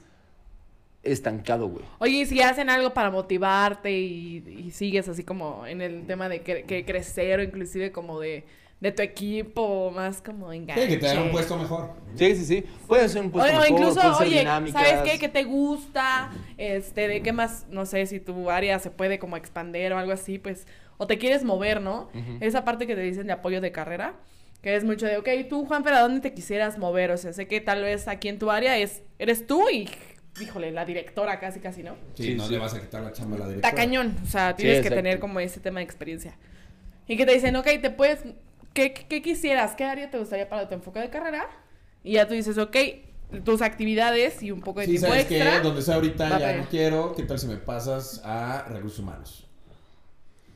A: estancado, güey.
C: Oye, ¿y si hacen algo para motivarte y, y sigues así como en el tema de que, que crecer o inclusive como de, de tu equipo, más como enganche?
B: Sí, que te dan un puesto mejor.
A: Sí, sí, sí. Puede ser un puesto
C: Oye, o
A: mejor, pueden
C: incluso,
A: ser
C: oye,
A: dinámicas.
C: ¿sabes qué? ¿Qué te gusta? Este, ¿de qué más? No sé si tu área se puede como expander o algo así, pues. O te quieres mover, ¿no?
A: Ujú.
C: Esa parte que te dicen de apoyo de carrera, que es mucho de, ok, tú, Juan, pero ¿a dónde te quisieras mover? O sea, sé que tal vez aquí en tu área es, eres tú y, híjole, la directora casi, casi, ¿no?
B: Sí,
A: Sí,
B: no
A: sí.
B: le vas a quitar la chamba a la
C: Está
B: directora.
C: cañón, o sea, tienes que
A: exacto.
C: tener como ese tema de experiencia. Y que te dicen, ok, te puedes, ¿qué, qué quisieras? ¿Qué área te gustaría para tu enfoque de carrera? Y ya tú dices, ok, tus actividades y un poco de
B: Sí,
C: tiempo
B: ¿sabes qué?
C: extra.
B: Donde sea ahorita ya
C: va para
B: no
C: allá.
B: quiero. ¿Qué tal si me pasas a recursos humanos?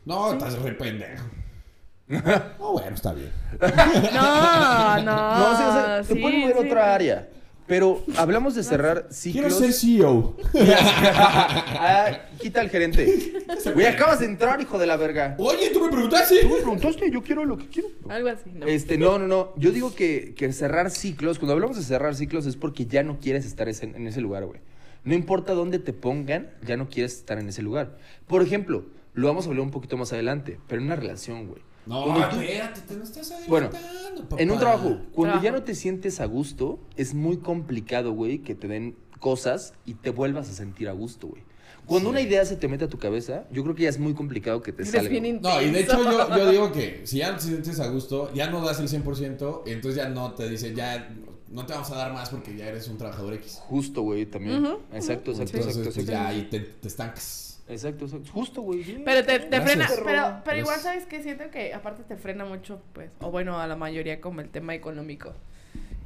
B: No, estás re pendejo. No, bueno, está bien.
C: No, no.
A: No, sí, o sea, te
C: Ah, sí,
A: pueden mover a
C: sí.
A: otra área. Pero hablamos de cerrar
B: Quiero
A: ciclos.
B: ser E CEO.
A: Ah, quita al gerente. Güey, acabas de entrar, hijo de la verga.
B: Oye, tú me preguntaste.
A: Tú me preguntaste, yo quiero lo que quiero.
C: Algo así, ¿no?
A: Este, no, no, no. Yo digo que, que cerrar ciclos, cuando hablamos de cerrar ciclos es porque ya no quieres estar ese- en ese lugar, güey. No importa dónde te pongan, ya no quieres estar en ese lugar. Por ejemplo, lo vamos a hablar un poquito más adelante, pero en una relación, güey.
B: No,
A: Cuando tú-
B: espérate, te no estás
A: Bueno,
B: adelantando,
A: En un
B: papá.
A: trabajo, cuando ya
C: Trabajo.
A: no te sientes a gusto, es muy complicado, güey, que te den cosas y te vuelvas a sentir a gusto, güey. Cuando una idea se te mete a tu cabeza, yo creo que ya es muy complicado que te
C: Eres
A: salga. güey.
C: bien
B: No, y de hecho
C: intenso.
B: yo, yo digo que si ya no te sientes a gusto, ya no das el 100%, entonces ya no te dice, ya no te vamos a dar más porque ya eres un trabajador X.
A: Justo, güey, también.
C: Ujú,
A: Exacto, exacto,
B: Entonces
A: exacto,
B: pues,
A: exacto.
B: ya ahí te, te estancas.
A: Exacto, exacto. Justo, güey. sí.
C: Pero te, te
B: Gracias.
C: frena,
B: Perro.
C: pero, pero igual
B: Gracias.
C: sabes que siento que aparte te frena mucho, pues, o bueno, a la mayoría como el tema económico.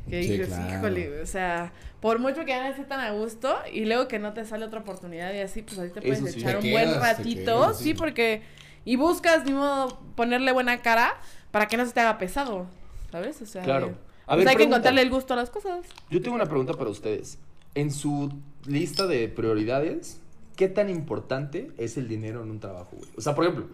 C: Que
B: Sí,
C: dices,
B: claro.
C: híjole, o sea, por mucho que ya no esté tan a gusto y luego que no te sale otra oportunidad y así, pues ahí te puedes
A: Eso sí.
C: echar
B: Te
C: un buen
B: quedas, te
C: ratito,
B: quedas,
C: sí.
B: sí.
C: porque y buscas ni modo ponerle buena cara para que no se te haga pesado, ¿sabes? O sea,
A: Claro.
C: de-
A: A ver,
C: pues hay que
A: pregunta.
C: encontrarle el gusto a las cosas.
A: Yo tengo una pregunta para ustedes. En su lista de prioridades, ¿qué tan importante es el dinero en un trabajo, güey? O sea, por ejemplo,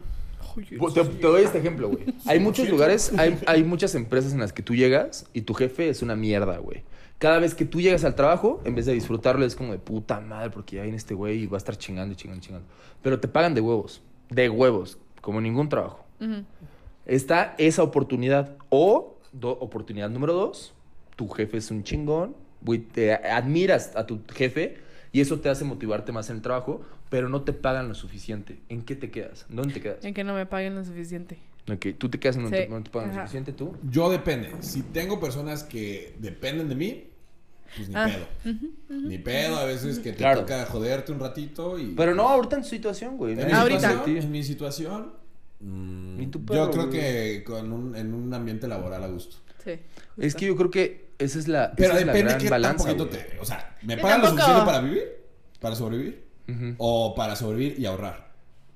A: te, te doy este ejemplo, güey. Hay muchos lugares, hay, hay muchas empresas en las que tú llegas y tu jefe es una mierda, güey. Cada vez que tú llegas al trabajo, en vez de disfrutarlo, es como de puta madre, porque ya viene este güey y va a estar chingando y chingando y chingando. Pero te pagan de huevos, de huevos, como en ningún trabajo.
C: Ujú.
A: Está esa oportunidad. O, do- oportunidad número dos, tu jefe es un chingón, güey, te admiras a tu jefe y eso te hace motivarte más en el trabajo, pero no te pagan lo suficiente. ¿En qué te quedas? ¿Dónde te quedas?
C: En que no me paguen lo suficiente.
A: Ok, tú te quedas en donde
C: Sí,
A: no te pagan lo
C: ajá.
A: suficiente, tú.
B: Yo depende. Si tengo personas que dependen de mí, pues ni
C: Ah.
B: pedo. Ni pedo, a veces que te
A: Claro.
B: toca joderte un ratito y...
A: Pero no ahorita en tu situación, güey.
B: En
A: ¿no?
B: mi
C: Ahorita.
B: situación-
A: Sí.
B: En mi situación... mm,
A: Ni tu
B: yo
A: perro,
B: creo
A: güey.
B: que con un- en un ambiente laboral a gusto.
C: Sí.
A: Es que yo creo que esa es la,
B: Pero
A: esa es la
B: depende
A: gran
B: qué tan
A: balanza.
B: poquito
A: güey.
B: te... O sea, ¿me
C: Yo
B: pagan lo
C: tampoco.
B: suficiente para vivir? ¿Para sobrevivir?
A: Ujú.
B: ¿O para sobrevivir y ahorrar?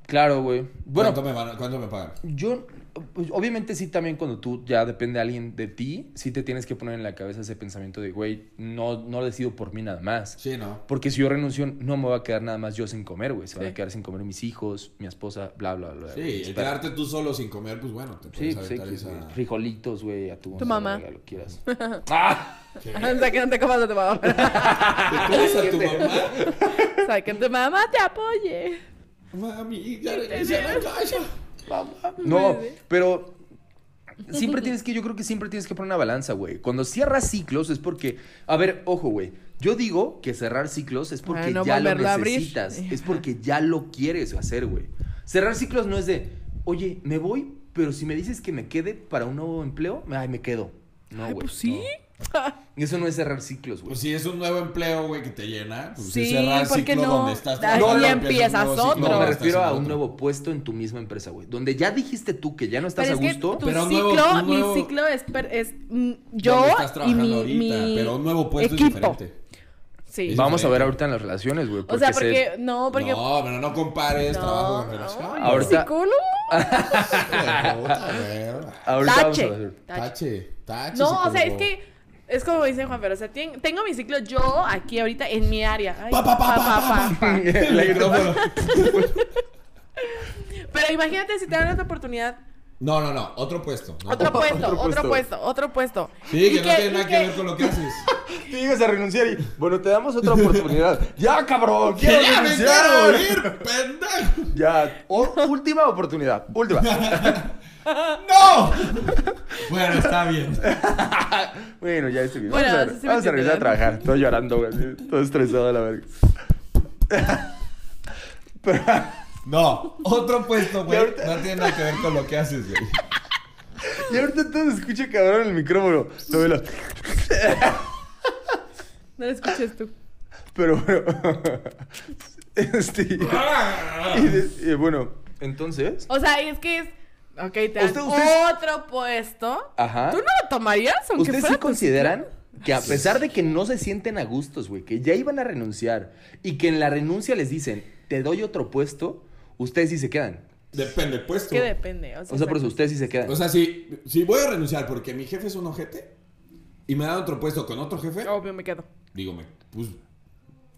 A: Claro, güey. Bueno,
B: ¿Cuánto, me van a- cuánto me pagan?
A: Yo, pues, obviamente sí también cuando tú ya depende de alguien de ti, sí te tienes que poner en la cabeza ese pensamiento de, güey, no, no decido por mí nada más.
B: Sí, ¿no?
A: Porque si yo renuncio, no me va a quedar nada más yo sin comer, güey. Se van
C: Sí.
A: a quedar sin comer mis hijos, mi esposa, bla, bla, bla.
B: Sí,
A: güey.
B: el
A: Espera.
B: quedarte tú solo sin comer, pues bueno, te
A: Sí,
B: puedes
A: pues,
B: aventar
A: X, güey.
B: esa...
A: frijolitos, güey, a tu, a
C: mamá.
A: Lo que quieras. ¡Ah!
C: O sea, que no te comas a tu mamá.
B: ¿Te comes a tu mamá?
C: o sea, que tu mamá te apoye.
B: Mami, ya regresé a la casa.
A: No,
C: Puede.
A: pero siempre tienes que, yo creo que siempre tienes que poner una balanza, güey. Cuando cierras ciclos es porque, a ver, ojo, güey. Yo digo que cerrar ciclos es porque
C: Ah, no
A: ya lo
C: volverlo a abrir.
A: necesitas, es
C: Ajá.
A: porque ya lo quieres hacer, güey. Cerrar ciclos no es de, oye, me voy, pero si me dices que me quede para un nuevo empleo, ay, me quedo. No,
C: Ay,
A: güey.
C: pues sí.
A: no. Eso no es cerrar ciclos, güey.
B: Pues si es un nuevo empleo, güey, que te llena, pues
C: Sí,
B: es cerrar
C: ¿por qué
B: ciclo
C: no?
B: donde estás.
C: Ahí
B: trabajando,
A: ya
B: empiezas un
C: empiezas
B: nuevo ciclo
A: No,
C: otro.
A: me
B: donde
A: refiero
B: estás
A: a
B: en
A: un
B: otro.
A: nuevo puesto en tu misma empresa, güey. Donde ya dijiste tú que ya no estás
C: Pero
A: a
C: es que
A: gusto.
C: tu
B: Pero un nuevo-
C: ciclo,
B: un nuevo-
C: mi ciclo es, per- es mm, yo
B: Donde estás
C: y
B: trabajando
C: mi,
B: ahorita,
C: mi
B: pero un nuevo puesto
C: equipo.
B: es diferente.
C: Sí.
B: Es-
A: Vamos a ver
B: diferente.
A: ahorita en las relaciones, güey.
C: o sea,
A: se-
C: porque no, porque
B: No, pero no compares trabajo con relación.
A: Ahora- Ahorita-
C: psicólogo.
A: Ahorita vamos a
C: Tache,
A: ver.
C: tache.
B: Tache, tache.
C: No, o sea, es
B: psicólogo.
C: que es como dice Juan, pero o sea, tien- tengo mi ciclo yo aquí ahorita en mi área. Ay,
B: Pa, pa, pa,
C: pa,
B: pa,
C: pa, pa.
B: pa,
A: El micrófono.
C: Pero imagínate si te dan otra oportunidad
B: No, no, no, otro puesto. ¿no?
C: Otro puesto,
A: Otro
C: otro,
A: puesto.
C: puesto. otro puesto.
B: Sí,
C: Y
B: que no tiene
C: y
B: nada que ver con lo que haces.
A: Tú llegas a renunciar y, bueno, te damos otra oportunidad. ya, cabrón, quiero
B: ¡Ya me
A: renunciar.
B: quiero ir, pendejo!
A: Ya, o- última oportunidad, última.
B: ¡No! Bueno, está bien.
A: bueno, ya este video.
C: Bueno,
A: vamos a,
C: sí me
A: vamos a regresar a
C: entienden.
A: trabajar. Estoy llorando, güey, así, todo estresado a la verga. Pero,
B: No, otro puesto, güey.
A: Y ahorita-
B: No tiene nada que ver con lo que haces, güey.
A: y ahorita todo se escucha cabrón en el micrófono. Súbelo.
C: No lo escuches tú.
A: Pero bueno. este. Y, de- y bueno, entonces.
C: O sea, y es que es. Ok, te dan
A: Usted- usted-
C: otro puesto.
A: Ajá.
C: ¿Tú no lo tomarías? Aunque
A: ¿Ustedes
C: fuera pues,
A: sí
C: tu
A: consideran que a
B: Sí.
A: pesar de que no se sienten a gustos, güey, que ya iban a renunciar y que en la renuncia les dicen, te doy otro puesto, ustedes sí se quedan?
B: Depende, puesto.
C: Que depende. O sea,
A: O sea, por eso
C: exacto.
A: ustedes sí se quedan.
B: O sea, si, si voy a renunciar porque mi jefe es un ojete y me dan otro puesto con otro jefe,
C: Obvio, me quedo.
B: digo, me, pues.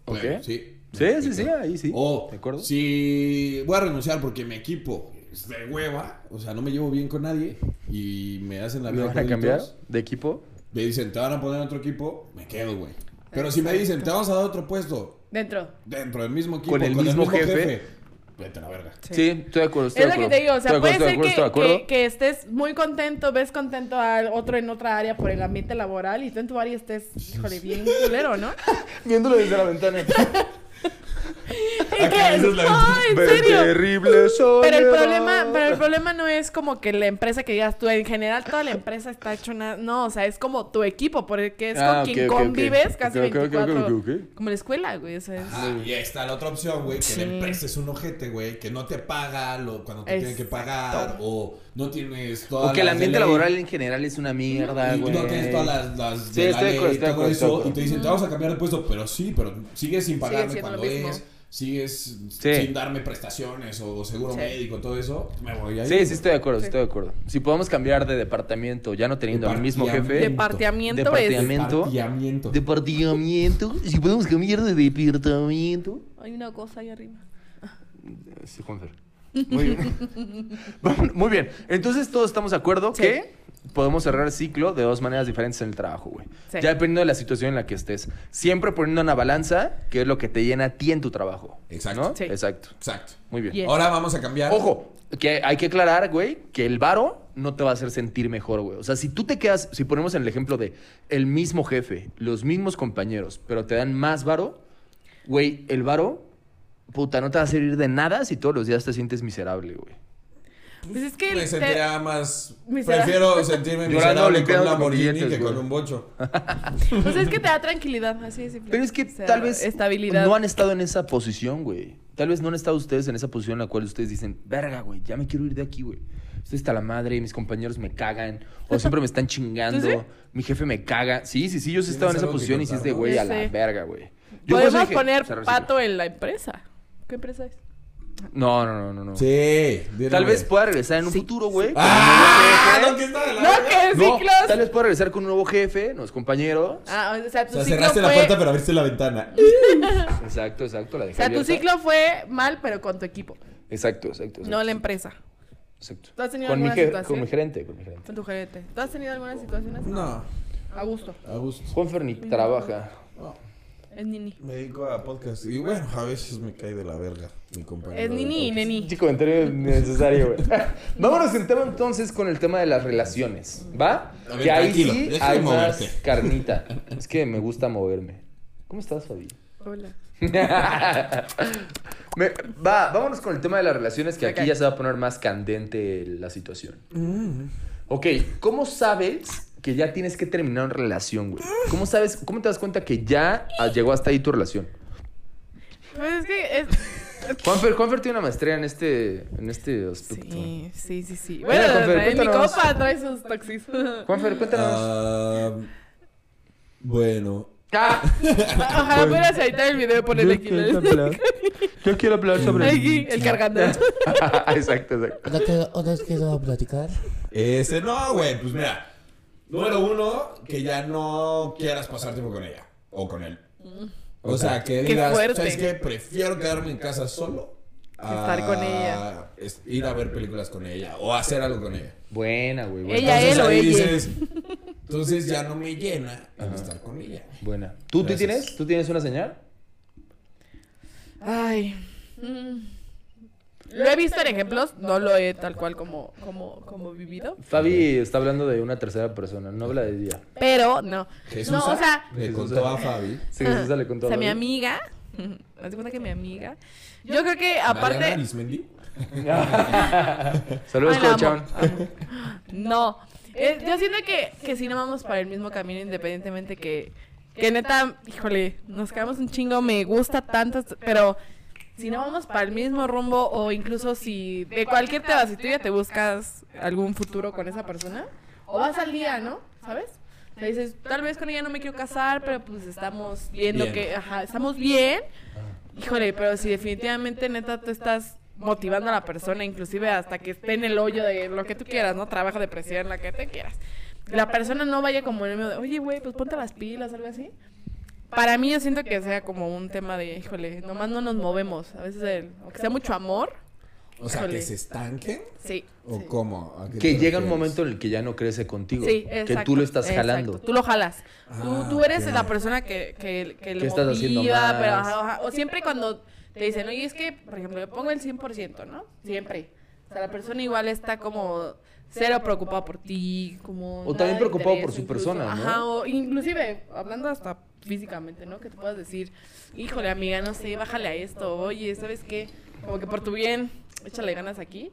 A: Ok.
B: bueno, sí.
A: Sí,
B: Me-
A: sí,
B: me
A: sí,
B: quedo.
A: ahí sí.
B: O,
A: ¿De acuerdo?
B: si voy a renunciar porque mi equipo es de hueva, o sea, no me llevo bien con nadie y me hacen la
A: ¿Me
B: vida
A: van a
B: con
A: cambiar
B: otros,
A: de equipo?
B: Me dicen, te van a poner en otro equipo, me quedo, güey. Pero si me dicen, te vamos a dar otro puesto
C: Dentro.
B: dentro del mismo equipo,
A: Con el mismo jefe.
B: vete a la verga.
A: Sí, estoy de acuerdo. Estoy
C: Es
A: de
C: lo que
A: acuerdo.
C: te digo, o sea,
A: Estoy de
C: puede
A: acuerdo, estoy de
C: ser
A: acuerdo,
C: que,
A: estoy de acuerdo.
C: que- que estés muy contento, ves contento a otro en otra área por el ambiente laboral y tú en tu área estés, híjole, bien culero, ¿no?
A: Viéndolo desde la ventana.
C: ¿Y qué?
B: dices la
C: No, en
A: Ve-
C: serio.
A: Terrible soledad.
C: Pero el problema, pero el problema no es como que la empresa que digas tú, en general toda la empresa está hecho una, no, o sea, es como tu equipo, porque es
A: Ah,
C: con
A: ok,
C: quien
A: ok, ok.
C: convives casi
A: Ok, ok, ok,
C: 24.
A: ok, ok.
C: Como la escuela, güey, o sea, es-
B: Ah, y ahí está la otra opción, güey, que
C: Sí.
B: la empresa es un ojete, güey, que no te paga lo, cuando te tiene que
C: Exacto.
B: pagar o no tienes todas
A: O que el
B: las de
A: ambiente
B: ley,
A: laboral en general es una mierda,
B: y
A: güey.
B: no tienes todas las, las
A: Sí,
B: de la
A: estoy de
B: ley
A: acuerdo, estoy
B: y
A: de
B: todo
A: acuerdo, estoy de
B: eso, y
A: acuerdo.
B: te dicen, te vamos a cambiar de puesto, pero sí, pero sigues sin pagarme
C: siendo
B: cuando
C: lo mismo.
B: es, sigues
A: Sí.
B: sin darme prestaciones o seguro
C: Sí.
B: médico, todo eso, me voy a ir.
A: Sí, sí estoy de acuerdo, sí estoy de acuerdo. Si podemos cambiar de departamento, ya no teniendo al mismo jefe.
C: departamento es...
A: Departamento.
B: Partiamiento.
A: Departamento. Si podemos cambiar de departamento.
C: Hay una cosa ahí arriba.
A: Sí, Juanfer. Muy bien. Vamos- Muy bien. Entonces todos estamos de acuerdo
C: Sí.
A: que podemos cerrar el ciclo de dos maneras diferentes en el trabajo, güey.
C: Sí.
A: Ya dependiendo de la situación en la que estés. Siempre poniendo una balanza, que es lo que te llena a ti en tu trabajo.
B: Exacto.
A: ¿no?
C: Sí.
A: Exacto.
B: Exacto.
A: Muy bien.
C: Yes.
B: Ahora vamos a cambiar.
A: Ojo, que hay que aclarar, güey, que el varo no te va a hacer sentir mejor, güey. O sea, si tú te quedas, si ponemos en el ejemplo de el mismo jefe, los mismos compañeros, pero te dan más varo, güey, el varo, puta, no te va a servir de nada si todos los días te sientes miserable, güey.
C: Pues es que
B: Me
C: el-
B: sentirá más.
C: Miserable.
B: Prefiero sentirme
A: Llorando
B: miserable con
A: limpiando
B: un
A: con
B: Lamborghini
A: billetes,
B: que Ah. con
A: güey.
B: un bocho.
C: te- pues es que te da tranquilidad, así de simple.
A: Pero es que
C: O sea,
A: tal vez
C: estabilidad.
A: no han estado en esa posición, güey. Tal vez no han estado ustedes en esa posición en la cual ustedes dicen, verga, güey, ya me quiero ir de aquí, güey. Estoy hasta la madre, mis compañeros me cagan, o siempre me están chingando,
C: ¿Tú sí?
A: mi jefe me caga. Sí, sí, sí, yo sí
B: ¿Tienes
A: estaba en esa
B: algo que
A: posición y sí es de,
B: contar,
A: güey,
C: no?
A: a la
C: Sí.
A: verga, güey. Yo por eso
C: Podemos
A: dije,
C: poner
A: cerrar ciclo.
C: pato en la empresa. ¿Qué empresa es?
A: No, no, no, no. no.
B: Sí.
A: Tal vez pueda regresar en un futuro, güey. con un
B: ¡Ah!
A: nuevo
B: No, que está de la
C: No,
B: verga.
C: que
A: jefe. No,
C: ciclos.
A: tal vez pueda regresar con un nuevo jefe, nuevos compañeros.
C: Ah, o sea,
B: O
C: tu
B: sea,
C: ciclo
B: cerraste la
C: fue-
B: puerta, pero abriste la ventana.
A: Exacto, exacto, la
C: O
A: dejé
C: sea, tu
A: abierta.
C: ciclo fue mal, pero con tu equipo,
A: Exacto, exacto.
C: no
A: exacto,
C: la empresa,
A: exacto.
C: ¿Tú has tenido
A: Con mi
C: alguna
A: je-
C: situación?
A: Con mi gerente, con mi gerente.
C: con tu gerente. ¿Tú has tenido alguna situación así?
B: No,
C: A gusto.
B: a gusto.
A: Juan Ferni trabaja.
B: No,
C: Es Nini.
B: me dedico a podcast. Y bueno, a veces me cae de la verga mi compañero.
C: Es
B: de
C: Nini y
B: podcast.
C: Neni.
A: comentario necesario, güey. Vámonos en tema entonces con el tema de las relaciones, ¿va?
B: A ver,
A: que ahí
B: tranquilo,
A: sí
B: deja de
A: hay más
B: moverte.
A: carnita. Es que me gusta moverme. ¿Cómo estás, Fabi?
C: Hola.
A: Me- va, vámonos con el tema de las relaciones que aquí
C: Ok.
A: ya se va a poner más candente la situación. Ok, ¿cómo sabes que ya tienes que terminar una relación, güey? ¿Cómo sabes, cómo te das cuenta que ya ah, llegó hasta ahí tu relación?
C: Pues es que es...
A: Juanfer, Juanfer tiene una maestría en este, en este aspecto.
C: Sí, sí, sí, sí.
A: Mira,
C: Bueno,
A: Confer,
C: en mi
A: cuéntanos.
C: copa trae sus toxis.
A: Juanfer, cuéntanos.
B: Ah, bueno.
A: Ah,
C: Ojalá pudieras editar el video y ponerle aquí. el-
A: Yo quiero hablar sobre.
C: Aquí, el cargador.
A: exacto, exacto.
D: Ahora quiero, ahora quiero platicar.
B: Este,
A: Ah,
B: no, güey, pues mira. Número uno, que ya no quieras pasar tiempo con ella o con él. O sea, que
C: Qué
B: digas,
C: fuerte.
B: ¿sabes qué? Prefiero quedarme en casa solo. a
C: estar con ella.
B: es- Ir a ver películas con ella o hacer algo con ella.
A: Buena, güey. Buena.
C: Ella, él o
B: ahí
C: ella.
B: entonces ya no me llena el estar con ella.
A: Buena. ¿Tú, tú
B: Gracias.
A: tienes? ¿Tú tienes una señal?
C: Ay. Mm. Lo he visto en ejemplos, no lo he tal cual como, como, como vivido.
A: Fabi está hablando de una tercera persona, no habla de ella.
C: Pero no.
B: Jesús
C: No, o sea,
B: le
A: Jesús.
B: contó a Fabi.
A: Sí, Jesús sale con
C: Ah, o
A: todo.
C: sea, mi amiga. Haz de cuenta que mi amiga. Yo creo que
B: Mariana
C: aparte.
B: Arismendi.
A: Saludos,
C: Ay, la
A: cochón.
C: amo. No. Eh, yo siento que, que sí nos vamos para el mismo camino, independientemente que. Que neta, híjole, nos quedamos un chingo, me gusta tanto, pero si no vamos para el mismo rumbo o incluso si de cualquier te vas, si tú ya te buscas algún futuro con esa persona, o vas al día, ¿no? ¿Sabes? O sea, dices, tal vez con ella no me quiero casar, pero pues estamos viendo
B: Bien.
C: que, ajá, estamos bien. Híjole, pero si definitivamente neta tú estás motivando a la persona, inclusive hasta que esté en el hoyo de lo que tú quieras, ¿no? Trabajo, depresión, la que te quieras. La persona no vaya como en el medio de, oye, güey, pues ponte las pilas, algo así. Para mí yo siento que sea como un tema de, híjole, nomás no nos movemos. A veces, el, aunque sea mucho amor,
B: O sea,
C: Híjole.
B: que se estanquen.
C: sí.
B: ¿O
C: sí.
B: cómo? ¿A qué
A: Que
B: te
A: llega un
B: refieres?
A: momento en el que ya no crece contigo.
C: Sí,
A: que
C: exacto,
A: tú lo estás
C: exacto.
A: jalando.
C: Tú lo jalas.
B: Ah,
C: tú, tú eres
B: ok.
C: la persona que, que, que le
A: ¿Qué estás haciendo
C: motiva,
A: más?
C: pero ajá, ajá. o siempre cuando te dicen, oye, es que, por ejemplo, yo pongo el 100%, ¿no? Siempre. O sea, la persona igual está como cero preocupada por ti, como...
A: O
C: nada
A: también
C: de
A: preocupada por
C: interés,
A: su persona, ¿no?
C: Ajá, o inclusive, hablando hasta físicamente, ¿no? Que te puedas decir, híjole, amiga, no sé, bájale a esto, oye, ¿sabes qué? Como que por tu bien, échale ganas aquí.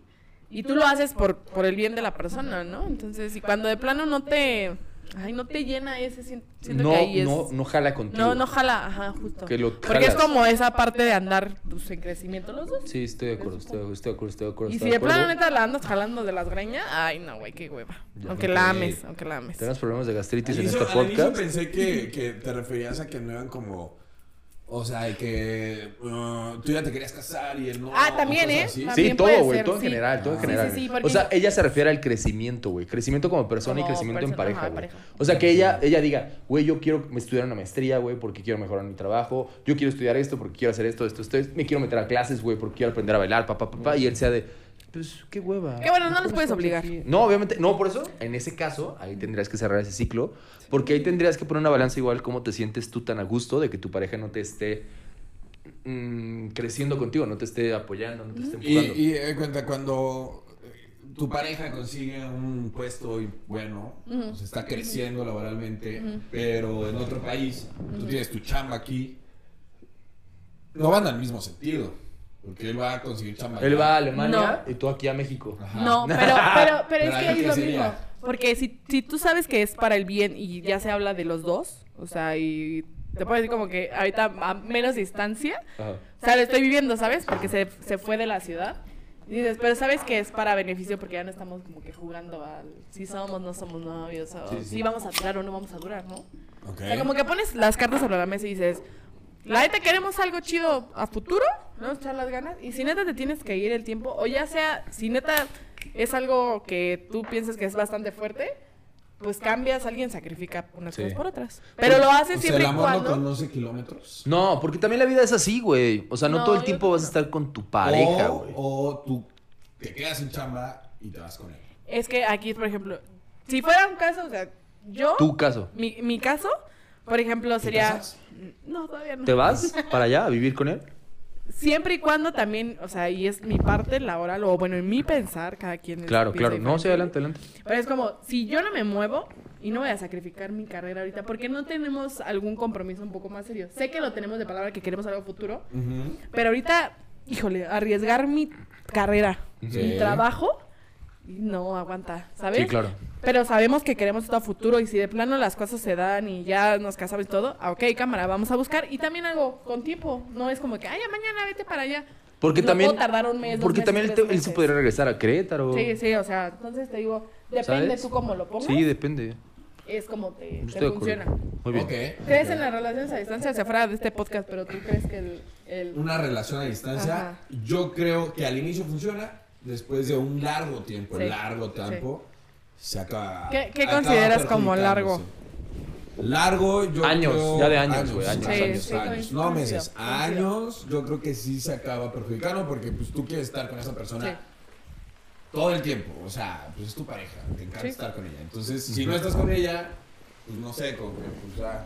C: Y tú lo haces por, por el bien de la persona, ¿no? Entonces, y cuando de plano no te... Ay, no te llena ese, sien- siento
A: No,
C: que ahí es...
A: no, no jala contigo.
C: No, no jala, ajá, justo.
A: Que lo
C: Porque es
A: jalas.
C: como esa parte de andar pues, en crecimiento los dos.
A: Sí, estoy de acuerdo, estoy de acuerdo, estoy de acuerdo, estoy de acuerdo.
C: Y
A: estoy
C: si
A: de
C: de plano
A: acuerdo.
C: neta la andas jalando de las greñas, ay no, güey, qué hueva.
A: Ya
C: aunque
A: me
C: la
B: quedé.
C: ames, aunque la ames.
A: Tenemos problemas de gastritis
B: Al
A: en
B: inicio-
A: este
B: al inicio
A: podcast.
B: pensé que, que te referías a que no eran como. O sea, que uh, tú ya te querías casar y él no.
C: Ah, también,
B: cosas
C: ¿eh?
B: así.
C: También.
A: Sí, todo,
C: puede
A: güey,
C: ser,
A: todo en
C: sí.
A: general, todo en
B: Ah.
A: general.
C: Sí, sí, sí,
A: o
C: porque-
A: sea, ella se refiere al crecimiento, güey, crecimiento como persona y
C: Como
A: crecimiento en
C: persona,
A: pareja,
C: ajá,
A: güey.
C: pareja.
A: O sea, que ella ella diga, güey, yo quiero estudiar una maestría, güey, porque quiero mejorar mi trabajo, yo quiero estudiar esto porque quiero hacer esto, esto, esto, esto, me quiero meter a clases, güey, porque quiero aprender a bailar, papá, papá, y él sea de, pues, qué hueva.
C: Que bueno, no los puedes
A: estamos
C: obligar.
A: aquí. No, obviamente, no, por eso, en ese caso, ahí tendrías que cerrar ese ciclo, porque ahí tendrías que poner una balanza igual cómo te sientes tú tan a gusto de que tu pareja no te esté mm, creciendo contigo, no te esté apoyando, no te esté
B: Y,
A: empujando.
B: y eh, cuenta, cuando eh, tu pareja consigue un puesto y bueno, pues, está creciendo laboralmente, pero en otro país, tú tienes tu chamba aquí, no van al mismo sentido. Porque él va a conseguir chamba.
A: Él
B: allá.
A: va a Alemania y tú aquí a México.
B: Ajá.
C: No, pero, pero, pero
B: Pero
C: es que
B: ahí
C: es lo
B: qué sería.
C: mismo. Porque si, si tú sabes que es para el bien y ya se habla de los dos, o sea, y te puedo decir como que ahorita a menos distancia,
A: Ajá.
C: o sea, lo estoy viviendo, ¿sabes? Porque se, se fue de la ciudad. Y dices, pero sabes que es para beneficio porque ya no estamos como que jugando al si somos, no somos novios, o
B: Sí, sí.
C: si vamos a durar o no vamos a durar, ¿no?
B: Ok.
C: O sea, como que pones las cartas sobre la mesa y dices, la neta queremos algo chido a futuro, ¿no? Echar las ganas. Y si neta te tienes que ir el tiempo, o ya sea, si neta es algo que tú piensas que es bastante fuerte, pues cambias, alguien sacrifica unas
A: Sí.
C: cosas por otras. Pero lo haces
B: O sea, el
C: siempre y
B: amor no
C: cuando.
B: conoce kilómetros.
A: No, porque también la vida es así, güey. O sea, no,
C: No,
A: todo el
C: yo
A: tiempo
C: creo
A: vas a
C: que
A: estar con tu pareja,
B: o,
A: güey.
B: o tú te quedas en chamba y te vas con él.
C: Es que aquí, por ejemplo, si fuera un caso, o sea, yo,
A: Tu caso.
C: mi, mi caso, por ejemplo, sería.
B: casas?
C: No, todavía no.
A: ¿Te vas para allá a vivir con él?
C: Siempre y cuando también, o sea, y es mi parte laboral, o bueno, en mi pensar, cada quien. es-
A: Claro,
C: piensa
A: claro. No, sí,
C: diferente.
A: adelante, adelante.
C: Pero es como, si yo no me muevo y no voy a sacrificar mi carrera ahorita, porque no tenemos algún compromiso un poco más serio. Sé que lo tenemos de palabra que queremos algo futuro, pero ahorita, híjole, arriesgar mi carrera,
B: Sí.
C: mi trabajo, no aguanta, ¿sabes?
A: Sí, claro.
C: Pero sabemos que queremos esto a futuro y si de plano las cosas se dan y ya nos casamos y todo, ah, ok, cámara, vamos a buscar. Y también algo con tiempo, no es como que, ay, ya mañana vete para allá.
A: Porque
C: No
A: también.
C: puedo tardar un mes, dos
A: porque
C: meses,
A: también él,
C: tres
A: te- él se
C: meses.
A: podría regresar a Querétaro.
C: Sí, sí, o sea, entonces te digo, depende
A: ¿Sabes?
C: tú cómo lo pongas,
A: Sí, depende.
C: es como te,
A: Estoy
C: te
A: de
C: funciona.
A: acuerdo. Muy bien.
B: Ok.
C: ¿Crees en las relaciones a distancia? Se fuera de este podcast, pero tú crees que el... el...
B: Una relación a distancia,
C: Ajá.
B: yo creo que al inicio funciona, después de un largo tiempo,
C: Sí.
B: largo tiempo, se acaba.
C: ¿Qué- qué
B: acaba
C: consideras como largo?
B: perjudicándose. Largo, yo
A: Años,
B: creo-
A: ya de años, güey, años,
C: Sí,
A: años,
C: sí,
B: años.
C: coincido,
B: No meses,
C: coincido.
B: años, yo creo que sí se acaba perjudicando porque pues tú quieres estar con esa persona
C: Sí.
B: todo el tiempo, o sea, pues es tu pareja, te encanta
C: Sí.
B: estar con ella. Entonces, si no estás con ella, pues no sé, como que pues ya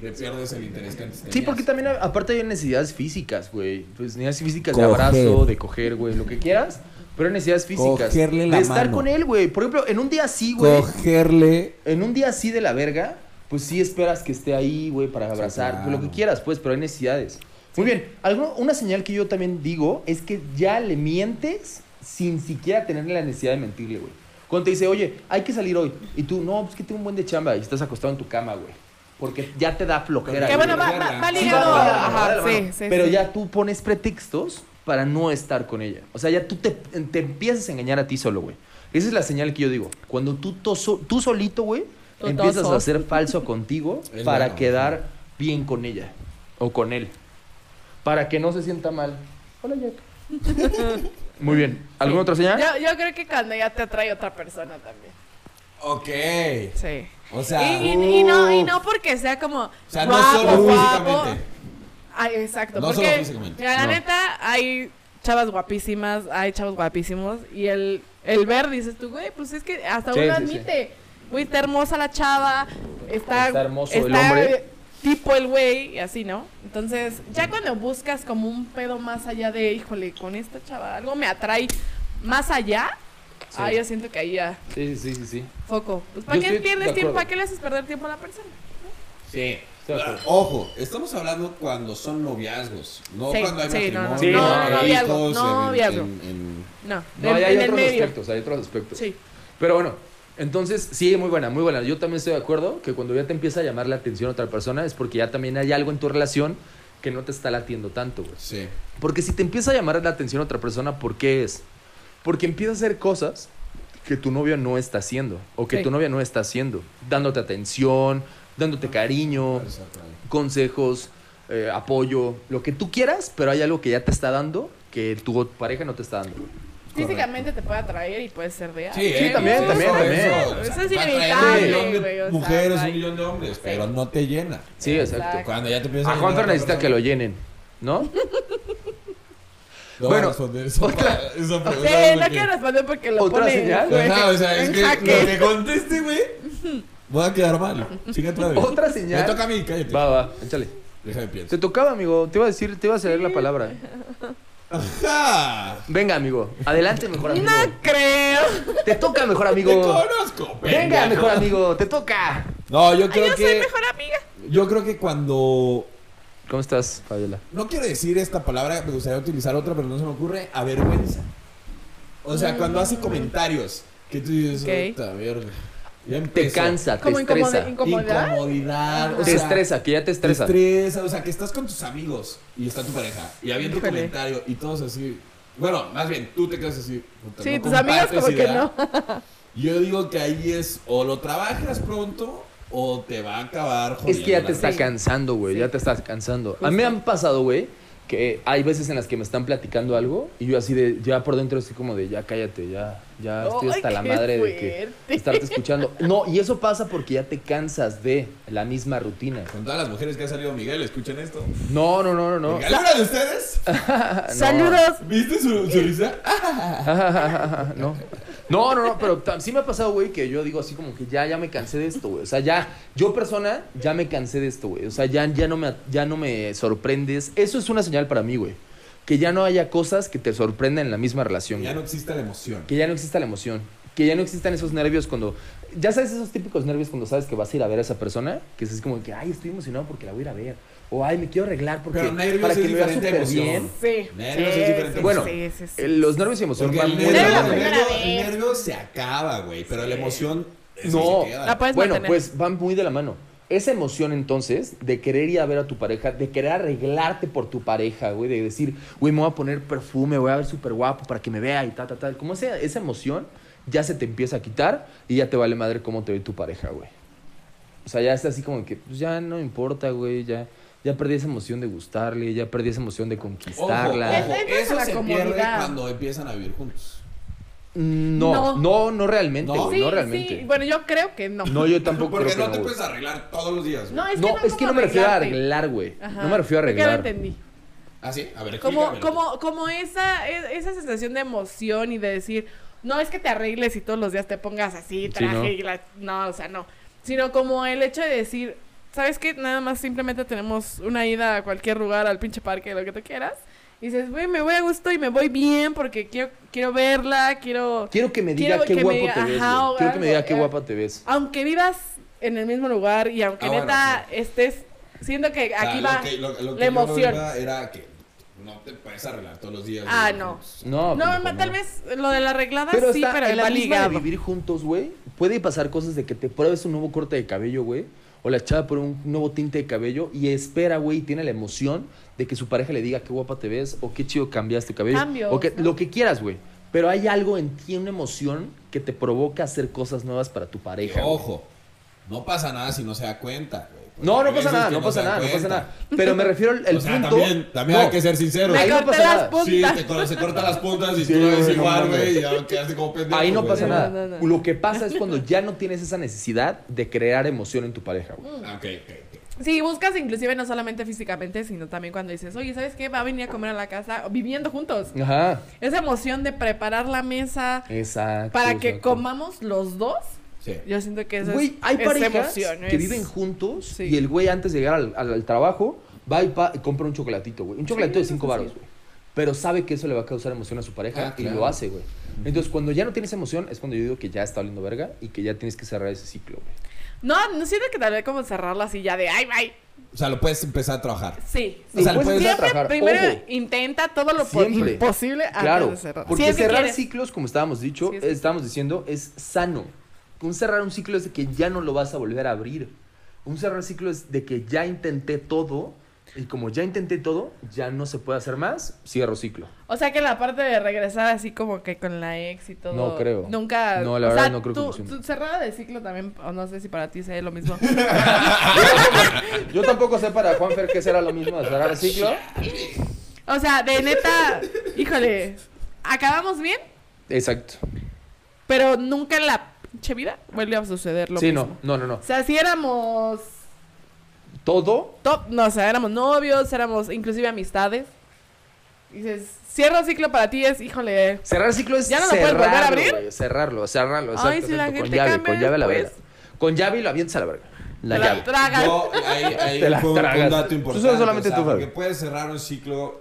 B: le pierdes el interés que antes tenías.
A: Sí, porque también, a- aparte, hay necesidades físicas, güey. Pues necesidades físicas de
B: Coger.
A: abrazo, de coger, güey, lo que quieras. Pero hay necesidades físicas.
B: Cogerle la
A: de estar
B: mano.
A: con él, güey. Por ejemplo, en un día así, güey.
B: cogerle
A: en un día así de la verga, pues sí esperas que esté ahí, güey, para abrazar,
B: claro.
A: lo que quieras, pues, pero hay necesidades. Muy bien, algo, una señal que yo también digo es que ya le mientes sin siquiera tener la necesidad de mentirle, güey. Cuando te dice, oye, hay que salir hoy, y tú, no, pues que tengo un buen de chamba, y estás acostado en tu cama, güey. Porque ya te da flojera.
C: Que
A: güey.
C: bueno, va, va, va
B: Sí,
C: ligado...
A: va de la mano, va de
C: Ajá,
A: la
C: sí,
A: mano.
C: sí,
A: Pero
C: sí.
A: ya tú pones pretextos para no estar con ella. O sea, ya tú te, te empiezas a engañar a ti solo, güey. Esa es la señal que yo digo. Cuando tú, toso- tú solito, güey,
C: Tú
A: empiezas
C: toso.
A: a ser falso contigo
B: Es
A: para
B: bueno.
A: quedar bien con ella o con él. Para que no se sienta mal. Hola, Jack. Muy bien. ¿Alguna otra señal?
C: Yo, yo creo que cuando ya te atrae otra persona también.
B: Ok.
C: Sí.
B: O sea,
C: y, y- y no, y no porque sea como
B: o sea, no
C: guapo,
B: solo
C: guapo.
B: físicamente.
C: Ay, exacto.
B: No
C: porque
B: solo físicamente,
C: mira, la
A: no.
C: neta, hay chavas guapísimas, hay chavos guapísimos. Y el, el ver, dices tú, güey, pues es que hasta
A: Sí,
C: uno
A: sí, sí.
C: admite. Güey, está hermosa la chava, está...
A: Está hermoso el hombre.
C: Tipo el güey, y así, ¿no? Entonces, ya cuando buscas como un pedo más allá de, híjole, con esta chava, algo me atrae más allá.
A: Sí.
C: Ah, yo siento que ahí ya,
A: Sí, sí, sí, sí.
C: foco. Pues,
A: Yo
C: ¿para qué
A: estoy de
C: pierdes tiempo?
A: acuerdo.
C: ¿Para qué le haces perder tiempo a la persona?
E: Sí.
B: Ojo, estamos hablando cuando son noviazgos, no
C: Sí,
B: cuando hay
C: sí, no, no.
B: matrimonios,
E: Sí, no, no,
C: noviazgo,
B: hijos, en-
C: noviazgo.
B: en- en-
C: No,
A: No,
C: en,
A: hay, hay
C: en el
A: otros
C: medio.
A: aspectos, hay otros aspectos.
C: Sí.
A: Pero bueno, entonces, sí, muy buena, muy buena. Yo también estoy de acuerdo que cuando ya te empieza a llamar la atención otra persona es porque ya también hay algo en tu relación que no te está latiendo tanto, güey.
B: sí.
A: Porque si te empieza a llamar la atención otra persona, ¿por qué es? Porque empieza a hacer cosas que tu novia no está haciendo o que
C: Sí.
A: tu novia no está haciendo, dándote atención, dándote cariño, consejos, eh, apoyo, lo que tú quieras, pero hay algo que ya te está dando que tu pareja no te está dando.
C: Físicamente te puede atraer y puede ser real.
B: Sí,
A: Sí,
B: eh,
A: también,
B: eso,
A: también,
B: eso,
A: también.
B: eso,
C: Eso
B: o sea,
C: es
B: va a traer
C: inevitable,
B: un millón de
C: güey, o sea,
B: Mujeres,
C: bye.
B: un millón de hombres, pero no te llena.
A: Sí, exacto.
C: Exacto.
B: Cuando ya te empiezas
A: A Juanfer necesita que lo llenen, ¿no? Bueno,
B: otra. Esa
C: Sí,
B: pregunta
C: no
B: porque-
C: quiero responder porque lo
A: ¿Otra
C: pone
A: señal?
C: güey,
B: Ajá, o sea, es
C: en
B: que
C: jaque.
B: lo que conteste, güey, voy a quedar mal. Sigue otra vez.
A: Otra
B: Me
A: señal.
B: toca a mí, cállate.
A: Va, va, échale.
B: Déjame
A: Te
B: pienso.
A: tocaba, amigo. Te iba a decir, te iba a ceder la palabra.
B: ¡Ja!
A: Venga, amigo. Adelante, mejor amigo.
C: No creo.
A: Te toca, mejor
B: ¡Te
A: amigo.
B: conozco,
A: Venga,
B: pendejo.
A: mejor amigo. Te toca.
B: No, yo creo
C: Ah, yo soy
B: que.
C: mejor amiga.
B: Yo creo que cuando.
A: ¿Cómo estás, Fabiola?
B: No quiero decir esta palabra, me gustaría utilizar otra, pero no se me ocurre. Avergüenza. O sea, cuando hace comentarios que tú dices,
C: Ok.
B: "Puta verga". Ya
A: Te
B: empezó.
A: cansa, te
C: Como
A: estresa.
C: incomodidad. incomodidad.
B: Incomodidad. o
A: Te
B: sea,
A: estresa, que ya te
B: Te
A: estresa.
B: estresa, o sea, que estás con tus amigos y está tu pareja y habiendo un
C: Híjole.
B: comentario y todos así. Bueno, más bien, tú te quedas así. puta,
C: Sí,
B: no
C: tus amigos
B: compartes
C: como que
B: idea.
C: no.
B: Yo digo que ahí es o lo trabajas pronto o te va a acabar
A: Es que ya
B: jodiendo
A: te
B: la
A: está
B: vida.
A: cansando, güey. Ya te estás cansando. A mí me han pasado, güey, que hay veces en las que me están platicando algo y yo así de, ya por dentro estoy como de, ya cállate, ya, ya estoy
C: Ay,
A: hasta la
C: qué
A: madre de que
C: fuerte.
A: estarte escuchando. No, y eso pasa porque ya te cansas de la misma rutina.
B: Con todas las mujeres que ha salido Miguel, escuchen esto.
A: No, no, no, no, no.
B: Porque ¿Alguna de ustedes?
A: Ah, No.
C: Saludos.
B: ¿Viste su, su risa? Ah,
A: Ah, no. No, no, no, pero tam- sí me ha pasado, güey, que yo digo así como que ya, ya me cansé de esto, güey. O sea, ya, yo persona, ya me cansé de esto, güey. O sea, ya, ya, no me, ya no me sorprendes. Eso es una señal para mí, güey. Que ya no haya cosas que te sorprendan en la misma relación.
B: Ya
A: güey.
B: no existe la emoción.
A: Que ya no exista la emoción. Que ya no existan esos nervios cuando... Ya sabes esos típicos nervios cuando sabes que vas a ir a ver a esa persona. Que es así como que, ay, estoy emocionado porque la voy a ir a ver. O, ay, me quiero arreglar porque...
B: Pero nervios
A: para
B: es
A: que me vea
B: diferente a
A: súper
B: emoción.
A: bien.
C: Sí.
B: Nervios es diferente.
A: Bueno,
C: sí, sí, sí.
A: Eh, Los nervios y emoción
B: Porque
A: van
B: el
A: muy
B: nervio,
A: de la
C: Era la
A: mano.
B: el
C: primera
B: nervio-
C: vez.
B: el nervio se acaba, güey. Pero la emoción. es
A: No.
B: que se queda.
C: La puedes
A: bueno,
C: mantener.
A: pues van muy de la mano. Esa emoción entonces de querer ir a ver a tu pareja, de querer arreglarte por tu pareja, güey, de decir, güey, me voy a poner perfume, voy a ver súper guapo para que me vea y tal, tal, tal. Como esa, esa emoción ya se te empieza a quitar y ya te vale madre cómo te ve tu pareja, güey. O sea, ya es así como que, pues ya no importa, güey, ya, ya perdí esa emoción de gustarle, ya perdí esa emoción de
B: Ojo,
A: conquistarla.
B: ojo,
C: Entra en
B: Eso
C: la
B: se pierde
C: comodidad.
B: cuando empiezan a vivir juntos.
A: No, no,
C: No.
A: no, realmente,
B: No.
A: güey,
C: Sí,
A: no realmente.
C: sí. Bueno, yo creo que no.
A: No, yo tampoco
B: Porque
A: creo que
B: no te
A: güey.
B: puedes arreglar todos los días. güey.
C: No, es que
A: no, es que
C: como
A: no me refiero a
C: arreglarte.
A: arreglar, güey.
C: Ajá.
A: No me refiero a
C: Creo que
A: arreglar.
C: lo entendí.
B: ¿Ah, sí? A ver,
C: Como,
B: explícamelo.
C: como, como esa, e- esa sensación de emoción y de decir, no es que te arregles y todos los días te pongas así, traje
A: ¿no?
C: y la... No, o sea, no. Sino como el hecho de decir, ¿sabes qué? Nada más simplemente tenemos una ida a cualquier lugar, al pinche parque, lo que tú quieras. Y dices, güey, me voy a gusto y me voy bien porque quiero, quiero verla, quiero...
A: Quiero que me diga
C: Quiero
A: qué
C: que me
A: guapo
C: diga,
A: te ves,
C: ajá,
A: güey.
C: o
A: Quiero que me
C: algo,
A: diga qué
C: ya.
A: guapas te ves.
C: Aunque vivas en el mismo lugar y aunque
B: Ah, bueno,
C: neta estés... Siento que
B: O sea,
C: aquí
B: lo
C: va
B: que- lo- lo que
C: la
B: yo
C: emoción.
B: iba Era que no te puedes arreglar todos los días.
C: Ah,
B: güey.
C: no.
A: No,
C: No,
A: pendejo,
C: ma- tal vez lo de la arreglada
A: Pero
C: sí,
A: está
C: pero
A: en
C: el
A: la misma de
C: ligado.
A: vivir juntos, güey. Puede pasar cosas de que te pruebes un nuevo corte de cabello, güey. O la chava por un nuevo tinte de cabello y espera, güey, y tiene la emoción de que su pareja le diga qué guapa te ves o qué chido cambiaste cabello.
C: Cambios,
A: o que,
C: ¿no?
A: lo que quieras, güey. Pero hay algo en ti, una emoción que te provoca hacer cosas nuevas para tu
B: Y
A: pareja. güey.
B: Ojo, no pasa nada si no se da cuenta. güey. Porque
A: No, no
B: hay
A: pasa
B: veces
A: nada,
B: que
A: no pasa
B: se dan
A: nada, no pasa
B: cuenta.
A: nada. Pero me refiero al al
B: o sea,
A: punto.
B: también, también
A: No.
B: hay que ser sinceros.
C: Me
A: Ahí no
C: corté
A: pasa
C: las
A: nada.
C: puntas.
B: Sí, te cor- se cortan las puntas y
A: Sí,
B: tú eres
A: güey, no
B: igual,
A: mames.
B: güey. Y ya quedaste como pendejo.
A: Ahí no
B: güey.
A: pasa
C: No,
A: nada.
C: no, no.
A: Lo que pasa es cuando ya no tienes esa necesidad de crear emoción en tu pareja, güey.
B: Ah, ok, ok, ok.
C: Sí, buscas inclusive no solamente físicamente, sino también cuando dices, oye, ¿sabes qué? Va a venir a comer a la casa o viviendo juntos.
A: Ajá.
C: Esa emoción de preparar la mesa
A: Exacto.
C: para que
A: exacto.
C: comamos los dos.
B: Sí.
C: Yo siento que eso
A: Güey,
C: es
A: hay
C: es
A: parejas
C: emoción,
A: que
C: es-
A: viven juntos
C: Sí.
A: y el güey antes de llegar al, al- al trabajo va y, pa- y compra un chocolatito, güey. Un chocolatito de
C: eso
A: cinco
C: sí.
A: varos, güey. Pero sabe que eso le va a causar emoción a su pareja
B: Ah,
A: y lo
B: claro.
A: hace, güey. Entonces, cuando ya no tienes emoción, es cuando yo digo que ya está oliendo verga y que ya tienes que cerrar ese ciclo, güey.
C: No, no siento que tal vez como cerrarlo así ya de ay, bye.
B: O sea, lo puedes empezar a trabajar.
C: Sí.
B: O sea,
A: Lo puedes
B: le puedes-
A: empezar a
C: Siempre
A: trabajar.
C: primero
A: Ojo.
C: intenta todo lo po-
A: Siempre.
C: posible antes
A: Claro,
C: de cerrar.
A: porque
C: Si es que
A: cerrar
C: quieres.
A: ciclos, como estábamos dicho,
C: Sí, es que-
A: estábamos diciendo, es sano. Un cerrar un ciclo es de que ya no lo vas a volver a abrir. Un cerrar ciclo es de que ya intenté todo y como ya intenté todo, ya no se puede hacer más, cierro ciclo.
C: O sea que la parte de regresar así como que con la ex y todo.
A: No creo.
C: Nunca.
A: No, la
C: o sea,
A: verdad no creo que
C: tu,
A: funcione.
C: tu cerrada de ciclo también, o no sé si para ti sea lo mismo.
A: Yo tampoco sé para Juanfer qué será lo mismo de cerrar ciclo.
C: o sea, de neta, híjole, acabamos bien,
A: Exacto.
C: pero nunca en la pinche vida vuelve a suceder lo
A: sí,
C: mismo.
A: no, no, no, no.
C: O sea, si éramos
A: Todo
C: top, no, o sea, éramos novios, éramos inclusive amistades. Dices, cierro ciclo para ti es, híjole,
A: Cerrar ciclo es
C: ¿Ya no lo puedes
A: cerrarlo,
C: volver a abrir?
A: güey, cerrarlo, cerrarlo,
C: Ay,
A: exacto,
C: si la
A: exacto, con
C: gente
A: llave,
C: cambia
A: con llave a la
C: después.
A: verga. Con llave y lo avientas a la verga. La
C: te
A: llave.
C: la tragas.
B: Yo, ahí, ahí
A: Te la
B: fue un, un
A: tragas.
B: dato
A: Tú
B: importante.
A: sabes solamente
B: o sea,
A: tú, Fabio.
B: porque puedes cerrar un ciclo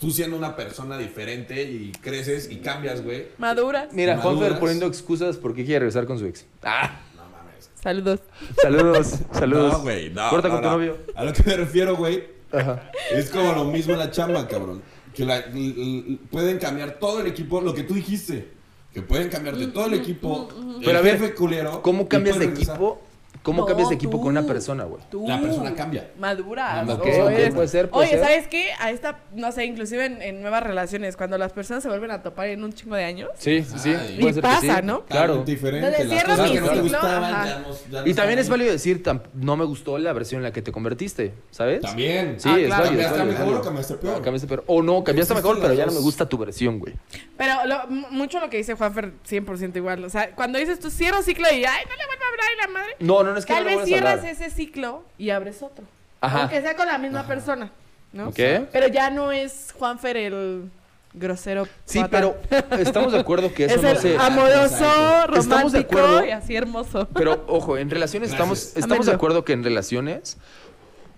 B: tú siendo una persona diferente y creces y cambias, güey.
C: Maduras.
A: Mira,
B: Maduras.
A: Juanfer poniendo excusas porque quiere regresar con su ex. Ah,
B: No mames.
C: Saludos.
A: saludos, saludos.
B: No, güey, no.
A: Corta
B: no,
A: con
B: no.
A: tu novio.
B: A lo que me refiero, güey,
A: Ajá.
B: es como lo mismo en la chamba, cabrón. Que la- l- l- pueden cambiar todo el equipo, lo que tú dijiste. Que pueden cambiarte todo el equipo.
A: Pero
B: el
A: a ver,
B: jefe culero, y
A: ¿Cómo cambias de
B: puedes regresar.
A: equipo? ¿Cómo
C: No,
A: cambias de equipo con una
C: tú.
A: persona, güey?
C: Tú.
B: La persona cambia.
C: Maduras.
A: Ok,
C: o
A: ok,
C: eres-
A: puede ser, puede
C: Oye,
A: ser.
C: ¿sabes qué? A esta, no sé, inclusive en, en nuevas relaciones, cuando las personas se vuelven a topar en un chingo de años.
A: Sí, sí, sí.
B: Ay.
A: puede
C: Y
A: ser que
C: pasa,
A: sí.
C: ¿no?
A: Claro.
B: Totalmente Diferente.
C: Entonces,
B: las
C: cierro
B: cosas
A: mi
B: que no te
A: ciclo,
B: gustaban,
C: ajá.
B: ya no- ya no
A: Y también
B: están
A: es
B: ahí.
A: válido decir, tam- no me gustó la versión en la que te convertiste, ¿sabes?
B: También.
A: Sí,
C: Ah,
A: es
C: claro.
A: válido. es
B: ¿Cambiaste
A: válido, es
B: mejor o
A: válido.
B: cambiaste peor?
A: Ah, Cambiaste peor. O no, cambiaste
B: Existen
A: mejor, pero
B: las
A: ya no me
B: dos.
A: gusta tu versión, güey.
C: Pero lo- m- mucho lo que dice Juanfer, 100% igual. O sea, cuando dices tú cierro ciclo y ay, no le vuelvo a hablar y la madre.
A: No, no, no es que
C: Tal
A: no
C: vez
A: lo vuelvas a
C: cierras
A: hablar.
C: ese ciclo y abres otro.
A: Ajá.
C: Aunque sea con la misma persona. ¿No?
A: Ok.
C: Pero ya no es Juanfer el grosero.
A: Sí,
C: patán.
A: pero estamos de acuerdo que eso
C: es
A: no
C: el
A: se.
C: amoroso,
A: Estamos de acuerdo.
C: romántico y así hermoso.
A: Pero ojo, en relaciones estamos,
B: Gracias.
A: estamos de
C: Ámenlo.
A: acuerdo que en relaciones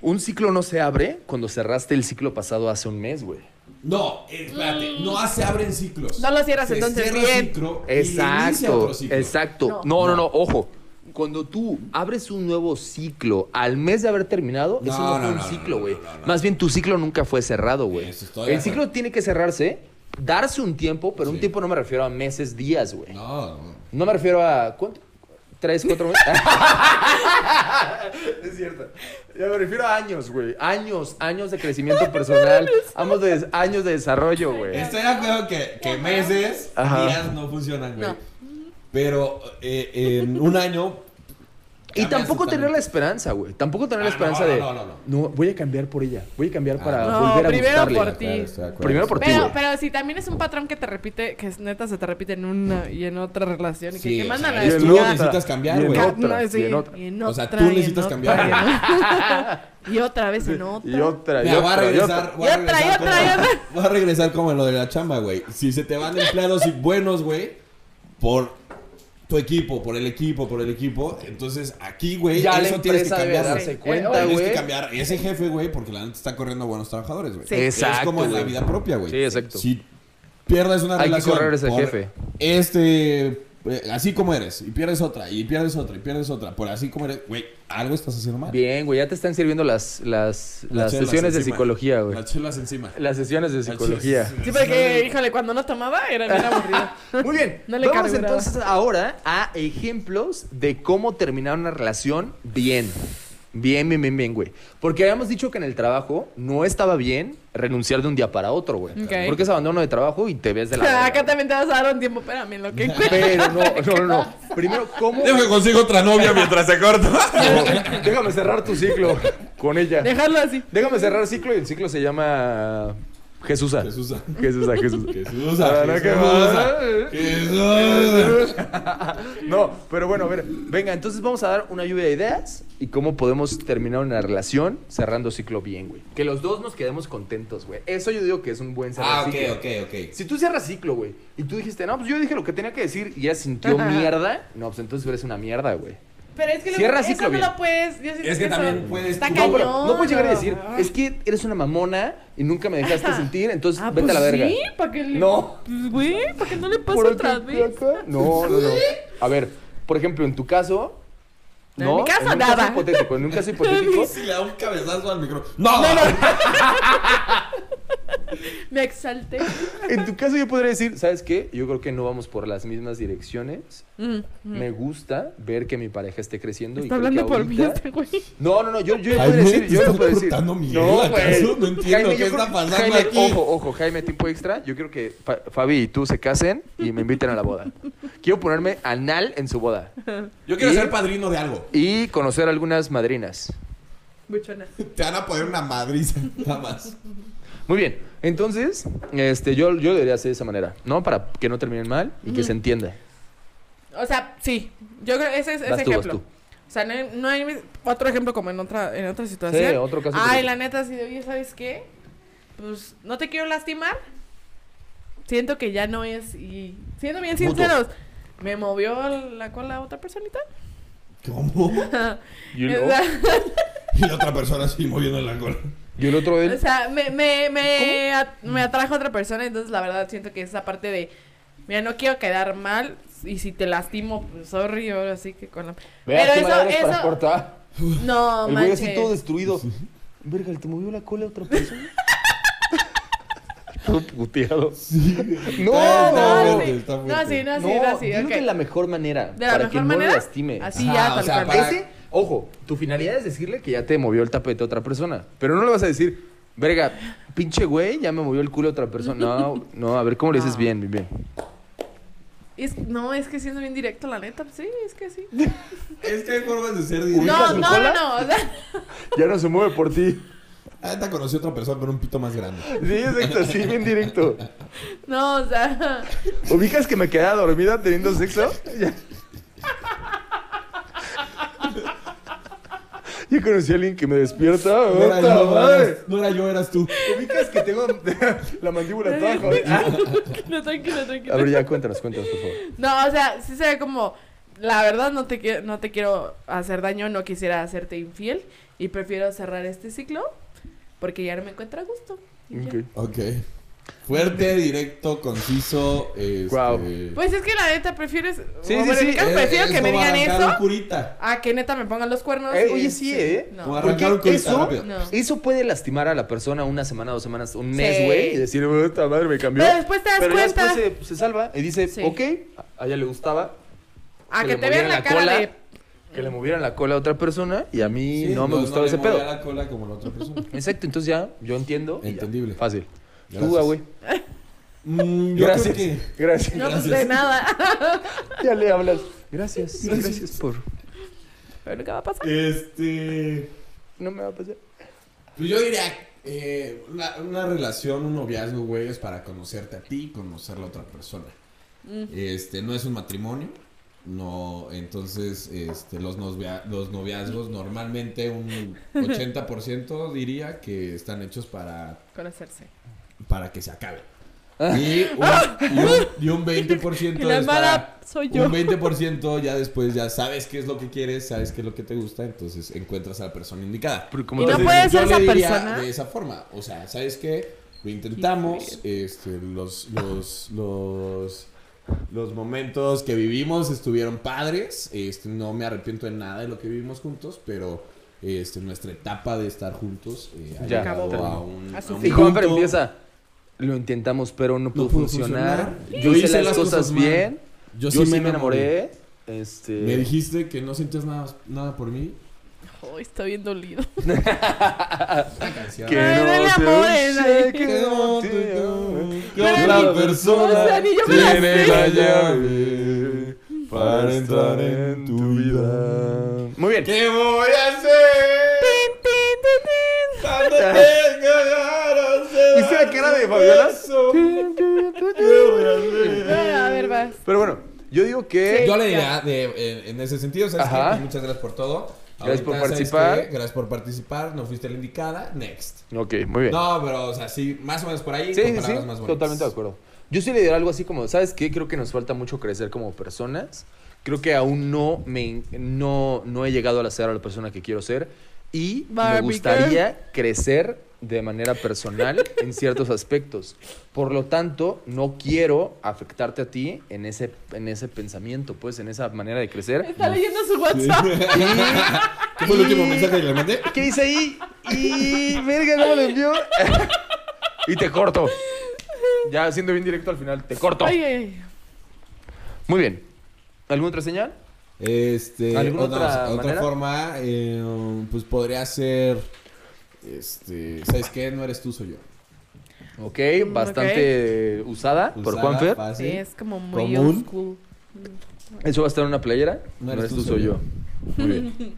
A: un ciclo no se abre cuando cerraste el ciclo pasado hace un mes, güey.
B: No, espérate, no se abren ciclos.
C: Mm. No lo cierras,
B: Se
C: entonces,
B: cierra
C: bien.
B: ciclo y inicia
A: Exacto,
B: otro ciclo.
A: exacto. No, no, no, ojo. Cuando tú abres un nuevo ciclo al mes de haber terminado, eso
B: No,
A: no,
B: no,
A: fue un
B: no, no,
A: ciclo,
B: no,
A: güey.
B: no, no, no.
A: Más bien tu ciclo nunca fue cerrado, güey.
B: Eso estoy de
A: El
B: acuerdo.
A: ciclo tiene que cerrarse, darse un tiempo, pero un
B: Sí.
A: tiempo no me refiero a meses, días, güey.
B: No, no.
A: No me refiero a. ¿Cuánto? ¿Tres, cuatro meses? es cierto. Ya me refiero a años, güey. Años, años de crecimiento personal. Años de, años de desarrollo, güey.
B: Estoy de acuerdo que, que meses,
A: Ajá.
B: días no funcionan, güey.
C: No.
B: Pero eh, en un año.
A: Y
B: cambias
A: tampoco tener la
B: totalmente.
A: esperanza, güey. Tampoco tener la
B: Ah, no,
A: esperanza
B: no,
A: de.
B: no, no, no.
A: voy a cambiar por ella. Voy a cambiar
B: Ah,
A: para
C: no.
A: volver a
C: No, primero
A: gustarle.
C: por ti.
B: Claro, estoy de acuerdo.
A: Primero por ti,
C: Pero,
A: güey.
C: pero si también es un patrón que te repite, que es neta se te repite en una y en otra relación y que
B: Sí,
C: te
B: o
C: mandan
B: sea,
C: a
B: y
C: la
B: luego
C: chingada.
B: necesitas cambiar,
A: y en
B: güey.
C: Ca-
A: otra,
C: no, sí,
A: y en otra.
C: y en
B: O sea,
C: otra,
B: tú
C: y en
B: necesitas
C: otra,
B: cambiar.
C: y en- Y otra vez en otra.
A: Y otra, y
B: Mira, voy a
A: otra, y otra.
B: regresar. Voy a
C: Y otra, y
B: regresar
C: otra, y
B: como-
C: otra.
B: Voy a regresar como en lo de la chamba, güey. Si se te van empleados y buenos, güey, por tu equipo, por el equipo, por el equipo. Entonces aquí, güey,
A: Ya la
B: eso tienes que
A: empresa debe
B: cambiar.
A: darse
C: Sí.
A: cuenta,
C: Eh,
B: Tienes
A: güey.
B: que cambiar ese jefe, güey, porque la neta está corriendo a buenos trabajadores, güey.
C: Sí.
B: Es como en la
A: güey.
B: vida propia, güey.
A: Sí, exacto.
B: Si pierdes una
A: Hay que
B: relación.
A: correr ese
B: por
A: jefe.
B: Este. eh, Así como eres, y pierdes otra, y pierdes otra, y pierdes otra. Por así como eres, güey, algo estás haciendo mal.
A: Bien, güey. Ya te están sirviendo las, las, las
B: chelas
A: sesiones de
B: encima.
A: psicología, güey.
B: Las chelas encima.
A: Las sesiones de psicología.
C: Sí, porque, híjole, cuando no tomaba era bien aburrido.
A: Muy bien.
C: No le
A: Vamos
C: carburaba.
A: entonces ahora a ejemplos de cómo terminar una relación bien. Bien, bien, bien, bien, güey. Porque habíamos dicho que en el trabajo no estaba bien renunciar de un día para otro, güey.
C: Ok. Ah,
A: Porque es abandono de trabajo y te ves de la. verga.
C: Acá también te vas a dar un tiempo, espérame, en lo que encuentro.
A: Pero no, no, no, no. Primero, ¿cómo?
B: Dejo que consigo otra novia mientras se corta.
A: Déjame cerrar tu ciclo con ella.
C: Dejarlo así.
A: Déjame cerrar ciclo y el ciclo se llama Jesusa.
B: Jesusa.
A: Jesusa, Jesús.
B: Jesús,
A: Ah, no, qué mal.
B: Jesús, Jesús.
A: No, pero bueno, a ver, venga, entonces vamos a dar una lluvia de ideas y cómo podemos terminar una relación cerrando ciclo bien, güey. Que los dos nos quedemos contentos, güey. Eso yo digo que es un buen cerrar
B: Ah, ok,
A: ciclo.
B: ok, ok.
A: Si tú cierras ciclo, güey, y tú dijiste, no, pues yo dije lo que tenía que decir y ella sintió mierda, no, pues entonces eres una mierda, güey.
C: Pero es que lo,
A: Cierra
C: eso
A: ciclo
C: no
A: bien.
C: lo puedes. yo siento
B: Es que
C: eso
B: también puedes-
C: Está
B: No,
A: No,
C: cañón.
A: pero no puedes llegar a decir,
C: Ah.
A: es que eres una mamona y nunca me dejaste sentir, entonces
C: Ah,
A: vete
C: pues
A: a la verga.
C: Sí, para que le.
A: No.
C: Pues, güey, para que no le pase
A: Por
C: Pues otra
A: aquí,
C: vez.
A: acá. No, no, no. A ver, por ejemplo, en tu caso,
C: No, en mi casa
A: un
C: nada.
A: Caso hipotético, en un caso hipotético.
B: Si le da "Ah, un cabezazo al micro. ¡No!
C: Me exalté.
A: En tu caso yo podría decir, ¿sabes qué? Yo creo que no vamos por las mismas direcciones.
C: Mm, mm.
A: Me gusta ver que mi pareja esté creciendo. y
C: Está
A: creo que
C: hablando por mí
A: ahorita-
C: este güey.
A: No, no, no, yo, yo ya
B: Jaime,
A: puedo decir,
B: ¿te
A: yo ya
B: estás
A: puedo decir.
B: cortando mierda, acaso? No entiendo qué
A: yo
B: está
A: creo que-
B: pasando
A: Jaime,
B: aquí.
A: Ojo, ojo, Jaime, tiempo extra. Yo quiero que Fa- Fabi y tú se casen y me inviten a la boda. Quiero ponerme anal en su boda
B: Yo quiero
A: ¿Y?
B: ser padrino de algo.
A: y conocer algunas madrinas.
C: Buchona.
B: Te van a poner una madriza, nada más.
A: Muy bien, entonces, este, yo, yo lo diría así de esa manera, ¿no? Para que no terminen mal y que se entienda.
C: O sea, sí. Yo creo que ese es ese
A: Vas tú, vas
C: ejemplo.
A: tú.
C: O sea, no, no hay otro ejemplo como en otra, en otra situación.
A: Sí, otro caso
C: Ay,
A: hipotético.
C: la neta, si de oye, ¿sabes qué? Pues no te quiero lastimar. Siento que ya no es. Y siendo bien
B: Mutuo.
C: sinceros, me movió la cola otra personita.
B: ¿Cómo?
A: Y
C: O
A: luego-
C: sea,
B: Y la otra persona así moviendo la cola.
A: Y el otro
C: O
A: él.
C: sea, me, me, me, at- me atrajo otra persona, entonces la verdad siento que esa parte de, mira, no quiero quedar mal y si te lastimo, pues sorry, ahora sí que con la...
A: Vea qué
C: Pero
A: madres
C: eso,
A: para
C: eso...
A: cortar.
C: No,
A: el güey así
C: manches.
A: todo destruido. Verga, ¿te movió la cola otra persona? todo puteado.
B: Sí.
A: No,
B: Está- está
C: No,
B: fuerte,
C: sí.
B: está fuerte.
C: No, sí, no, sí,
A: no,
C: no, sí,
A: dilo
C: ok.
A: de la mejor manera.
C: ¿De la
A: para
C: mejor
A: que no
C: manera?
A: lo lastime.
C: Así
B: Ajá,
C: ya,
B: o
C: tal
B: sea,
C: cual.
B: para-
A: Ese, ojo, tu finalidad es decirle que ya te movió el tapete otra persona. Pero no le vas a decir, verga, pinche güey, ya me movió el culo otra persona. No, no, a ver, ¿cómo le dices
C: No.
A: bien, bien, bien?
C: Es- no, es que siendo bien directo, la neta, sí, es que sí.
B: Es que hay formas de ser
C: No,
A: ¿Ubicas
C: no,
A: mi
C: no,
A: cola?
C: no, o sea,
A: Ya no se mueve por ti.
B: Ah, te conocí a otra persona con un pito más grande.
A: Sí, exacto, sí, bien directo.
C: no, o sea,
A: ¿Ubicas que me quedaba dormida teniendo sexo? Ya. Yo conocí a alguien que me despierta.
B: No era,
A: ¡Puta
B: yo,
A: madre!
B: eras, no era yo, eras tú.
A: ¿Ubicas que tengo la mandíbula toda jodida?
C: no, tranquilo, tranquilo.
A: A ver, ya cuéntanos, cuéntanos, por favor.
C: No, o sea, sí se ve como, la verdad no te, quiero- no te quiero hacer daño, no quisiera hacerte infiel y prefiero cerrar este ciclo porque ya no me encuentro a gusto. y ya.
A: Ok.
B: Ok. Fuerte, directo, conciso. Este...
A: Guau.
C: Pues es que la neta prefieres,
A: Sí,
C: bueno,
A: sí,
C: en
A: sí,
C: mi caso
B: Eh,
C: prefiero
B: es
C: que me
B: como
C: digan
B: arrancar un
C: eso
B: curita.
C: a que neta me pongan los cuernos.
A: Eh,
C: y-
A: oye, sí, ¿eh?
B: Como
C: No.
B: arrancar un
A: Porque
B: curita
A: eso,
B: rápido.
C: No.
A: eso puede lastimar a la persona una semana, dos semanas, un
C: Sí.
A: mes, güey, y decir, puta madre, me cambió.
C: Pero después te das
A: Pero ya
C: cuenta.
A: después se, se salva y dice,
C: Sí.
A: ok, a ella le gustaba,
C: A
A: que
C: que,
A: le
C: te vean
A: movieran
C: la,
A: la
C: cara
A: cola.
C: de... pues,
A: que le movieran la cola a otra persona y a mí
B: Sí,
A: no me gustaba
B: le
A: ese
B: movía
A: pedo.
B: la cola como la otra persona.
A: Exacto, entonces ya yo entiendo. y ya.
B: Entendible.
A: Fácil.
B: Gracias.
A: Tú, ah, güey.
B: Mm, yo
A: Gracias.
B: creo que...
A: Gracias.
C: No, pues
B: Gracias.
C: de nada.
A: Ya le hablas. Gracias. Gracias, por.
C: Pero nunca va a pasar.
B: Este...
A: No me va a pasar.
B: Pues yo diría, eh, una, una relación, un noviazgo, güey, es para conocerte a ti y conocer a la otra persona.
C: Mm.
B: Este, no es un matrimonio. No, entonces, este, los, novia- los noviazgos normalmente un 80% diría que están hechos para,
C: Conocerse.
B: para que se acabe. Y un, y un- y un 20%
C: Y la
B: es
C: mala
B: para...
C: soy yo.
B: Un 20% ya después ya sabes qué es lo que quieres, sabes qué es lo que te gusta, entonces encuentras a la persona indicada.
A: Porque
C: Y
A: te
C: no
A: digo,
C: puede ser
B: Yo le
C: esa
B: diría
C: persona.
B: De esa forma. O sea, ¿sabes qué? Lo intentamos. Este, los, los, los, los momentos que vivimos estuvieron padres. Este, no me arrepiento de nada de lo que vivimos juntos, pero este, nuestra etapa de estar juntos eh, ha
A: Ya, Ah,
B: llegado
A: terminó.
B: a un,
C: A su
B: a un
A: Y
C: fin.
A: Juan, pero
B: punto-
A: empieza. Lo intentamos, pero no pudo,
B: pudo
A: funcionar.
B: funcionar.
A: Yo hice las cosas,
B: mal.
A: bien. Yo, sí me
B: enamoré.
A: enamoré. Este.
B: Me dijiste que no sientes nada, nada por mí.
C: Ay, está bien dolido.
B: Esta canción.
A: que
C: Ay, dale
A: no te
C: amor, eh,
A: que no te ame.
B: Que
C: Pero
B: otra
C: ni- o sea, ni yo me la sé.
B: llave
A: Muy bien.
B: ¿Qué voy a hacer cuando tenga ganas de
A: ¿Viste la cara de
B: darte un
A: Fabiola?
B: beso? ¿Qué voy a hacer?
C: Ah, a ver, vas.
A: Pero bueno, yo digo que.
B: Yo le diría de, en, en ese sentido, ¿sabes qué?
A: Ajá.
B: Pues muchas gracias por todo.
A: Gracias por
B: ¿sabes
A: participar.
B: qué? Gracias por participar, no fuiste la indicada, next.
A: Ok, muy bien.
B: No, pero, o sea, sí, más o menos por ahí.
A: Sí,
B: con
A: sí, sí,
B: palabras más bonitas.
A: totalmente de acuerdo. Yo sí le diría algo así como, ¿sabes qué? Creo que nos falta mucho crecer como personas. Creo que aún no me no, no he llegado a la ser a la persona que quiero ser y me
C: Barbie
A: gustaría crecer de manera personal en ciertos aspectos. Por lo tanto, no quiero afectarte a ti en ese, en ese pensamiento, pues, en esa manera de crecer.
C: Está leyendo su WhatsApp.
B: ¿Qué fue el último mensaje que le mandé?
A: ¿Qué dice ahí? Y. Verga, no me lo envió. y te corto. Ya siendo bien directo al final, te corto.
C: Ay, ay, ay.
A: Muy bien. ¿Alguna otra señal?
B: Este,
A: ¿Alguna
B: otra,
A: otra
B: otra
A: manera?
B: forma, eh, pues podría ser, este, ¿sabes qué? No eres tú, soy yo.
A: Ok,
C: Mm,
A: bastante usada, por
B: Usada,
A: Juanfer.
B: fácil.
C: Sí, es como muy
B: Común.
C: old school.
A: Eso va a estar en una playera. No eres, tú, soy yo.
B: Muy bien.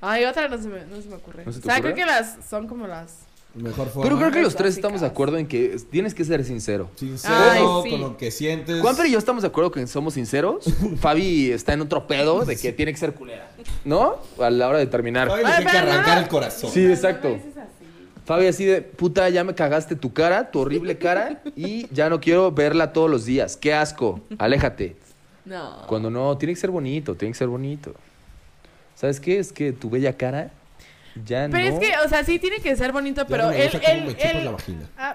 C: Ay, otra no se me, no se me ocurre.
A: ¿No se
C: o
A: te
C: sea,
A: ocurre?
C: creo que las son como las.
B: Mejor forma.
A: Pero creo que los tres
C: Clásicas.
A: estamos de acuerdo en que es- tienes que ser sincero.
B: Sincero
C: Ay, sí.
B: con lo que sientes.
A: Juanfer y yo estamos de acuerdo que somos sinceros. Fabi está en otro pedo de que tiene que ser culera. ¿No? A la hora de terminar.
B: Ay, le
C: Ay,
B: tiene que
C: pero no.
B: arrancar el corazón.
A: Sí, exacto.
C: No me dices así.
A: Fabi así de, puta, ya me cagaste tu cara, tu horrible cara, y ya no quiero verla todos los días. Qué asco. Aléjate.
C: No.
A: Cuando no, tiene que ser bonito, tiene que ser bonito. ¿Sabes qué? Es que tu bella cara ya no...
C: Pero es que, o sea, sí tiene que ser bonito,
B: Ya
C: pero
B: no me
C: él,
B: gusta cómo me
C: él,
B: chupas
C: él.
B: la Pues vagina.
C: Ah,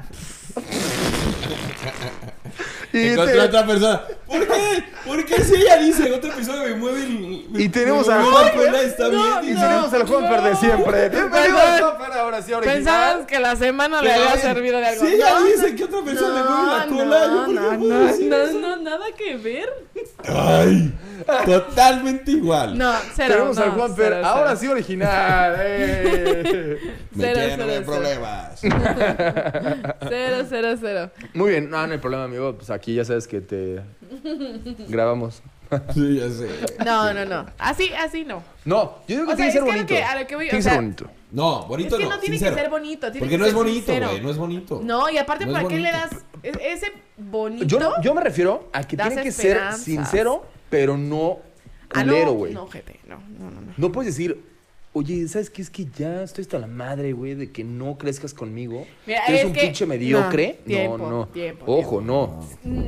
A: Y
B: Encontré
A: te-
B: a otra persona. ¿Por qué? ¿Por qué si ella dice en otro episodio me mueve el. me-
A: Y tenemos
B: me
A: a
B: mueve
A: Juan-
B: la cola, está
C: no,
B: bien.
A: Y
B: dice.
A: tenemos al Juanfer de siempre. Bienvenido al Juanfer, ahora sí, original.
C: Pensabas que la semana le
B: Pero, a
C: había
B: ver,
C: servido de algo.
B: Si ella dice que otra persona le mueve la cola,
C: no,
B: yo por qué
C: no,
B: puedo
C: no,
B: decir
C: no,
B: eso?
C: no, nada que ver.
B: Ay, totalmente igual.
C: No, cero.
A: Tenemos
C: no,
A: al Juanfer,
C: cero,
A: ahora
C: cero.
A: sí original. ¡eh!
B: Me
C: Cero,
B: quieren
C: cero,
B: ver
C: cero.
B: problemas.
C: Cero, cero, cero.
A: Muy bien, no, no hay problema, amigo. Pues aquí ya sabes que te grabamos.
B: Sí, ya sé.
C: No, no, no. Así, así no.
A: No, yo digo que
C: O sea,
A: tiene que ser
C: es que lo
A: bonito.
C: que- a lo que voy,
A: tiene
C: o
A: que ser
C: sea,
A: bonito.
B: No, bonito
C: es que no,
B: no.
C: tiene
B: sincero.
C: que ser bonito. Tiene
B: Porque
C: que
B: no
C: ser
B: es bonito,
C: sincero.
B: güey. No es bonito.
C: No, y aparte,
B: No es
C: ¿para qué le das
B: bonito.
C: e- ese bonito?
A: Yo, no- yo me refiero a que
C: Das
A: tiene que ser
C: esperanzas.
A: sincero, pero no
C: Ah, no,
A: culero, güey.
C: No,
A: No.
C: gente, no, no, no. no.
A: puedes decir, oye, ¿sabes qué? Es que ya estoy hasta la madre, güey, de que no crezcas conmigo.
C: Mira,
A: Tú eres
C: es
A: un
C: que-
A: pinche mediocre.
C: no, tiempo,
A: no, no.
C: tiempo,
A: Ojo,
C: tiempo.
A: no.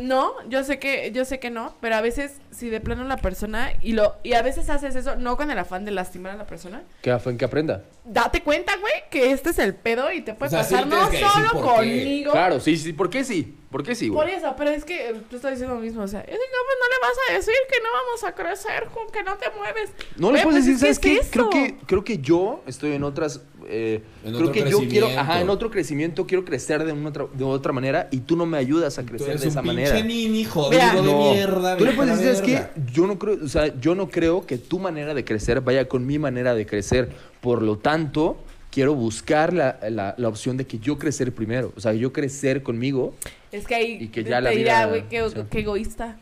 C: No, yo sé que, yo sé que no, pero a veces, si de plano la persona, y lo, y a veces haces eso, no con el afán de lastimar a la persona,
A: Que, af- que aprenda.
C: date cuenta, güey, que este es el pedo y te puede
B: O sea, sí
C: pasar
B: le
C: no
B: tienes que decir
C: solo
B: por qué.
C: conmigo.
A: Claro, sí, sí. ¿Por qué sí? ¿Por qué sí,
C: Por
A: güey?
C: eso, pero es que eh, tú estás diciendo lo mismo, o sea, es que no, pues, no le vas a decir que no vamos a crecer, Juan, que no te mueves.
A: No le
C: Güey,
A: puedes
C: pues,
A: decir,
C: es que
A: ¿sabes qué?
C: es
A: creo,
C: eso.
A: que, creo que yo estoy en otras. eh,
B: En
A: creo
B: otro
A: que yo quiero.
B: crecimiento.
A: Ajá, en otro crecimiento, quiero crecer de, una otra, de otra manera y tú no me ayudas a
B: Tú
A: crecer
B: eres
A: de
B: un
A: esa
B: pinche
A: manera.
B: nini,
C: Mira.
B: jodido de
A: No.
B: mierda.
A: Tú le
B: vieja
A: puedes decir,
B: la
A: es que
B: verga".
A: yo no creo, o sea, yo no creo que tu manera de crecer vaya con mi manera de crecer. Por lo tanto, quiero buscar la, la- la opción de que yo crecer primero. O sea, yo crecer conmigo.
C: Es que ahí
A: Y que ya
C: te
A: la vida-
C: dirá, güey, qué,
A: sí.
C: qué egoísta.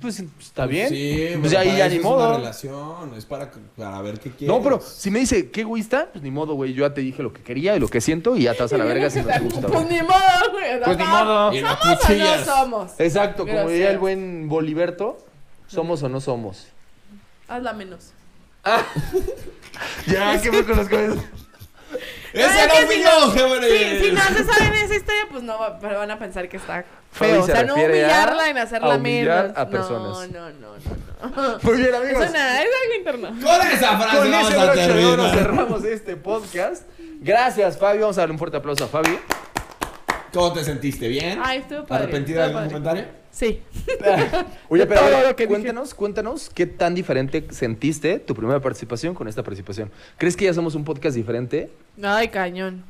A: Pues está bien.
B: Sí,
A: pues
B: pero
A: ya ahí
B: para
A: ya
B: eso
A: ni
B: es
A: modo.
B: una relación, es para, para ver qué quieres.
A: No, pero si me dice qué egoísta, pues ni modo, güey. Yo ya te dije lo que quería y lo que siento y ya te vas a la verga si no te gusta.
C: Pues
A: güey.
C: ni modo, güey.
A: Pues ni
C: Ajá.
A: modo.
B: Y la
C: ¿Somos o no
B: cuchillas. Eh,
C: somos?
A: Exacto, como
C: Gracias.
A: diría el buen Boliberto, somos o no somos.
C: Hazla menos.
A: Ya, ¿qué fue con los cabezas?
B: ¡Ese
C: Ay,
B: no
C: que
B: fui
C: si
B: yo,
C: no-
B: jóvenes!
C: Sí, si no se saben esa historia, pues no, va- pero van a pensar que está
A: Fabi
C: feo. O
A: se
C: sea, no
A: refiere a-
C: humillarla en hacerla
A: a humillar
C: menos.
A: a personas.
C: No, no, no, no. no.
A: Muy bien, amigos.
C: Eso nada, es algo interno.
B: Con esa frase
A: Con
B: vamos
A: ese
B: a
A: broche de oro
B: terminar.
A: cerramos este podcast. Gracias, Fabi. Vamos a darle un fuerte aplauso a Fabi.
B: ¿Cómo te sentiste? ¿Bien?
C: Ay, estuvo padre.
B: ¿Arrepentida de
C: estuvo
B: algún
C: padre.
B: comentario?
C: Sí.
A: Oye, pero
C: Todo
A: ahora,
C: lo que dije.
A: cuéntanos, cuéntanos qué tan diferente sentiste tu primera participación con esta participación. ¿Crees que ya somos un podcast diferente?
C: Ay, cañón.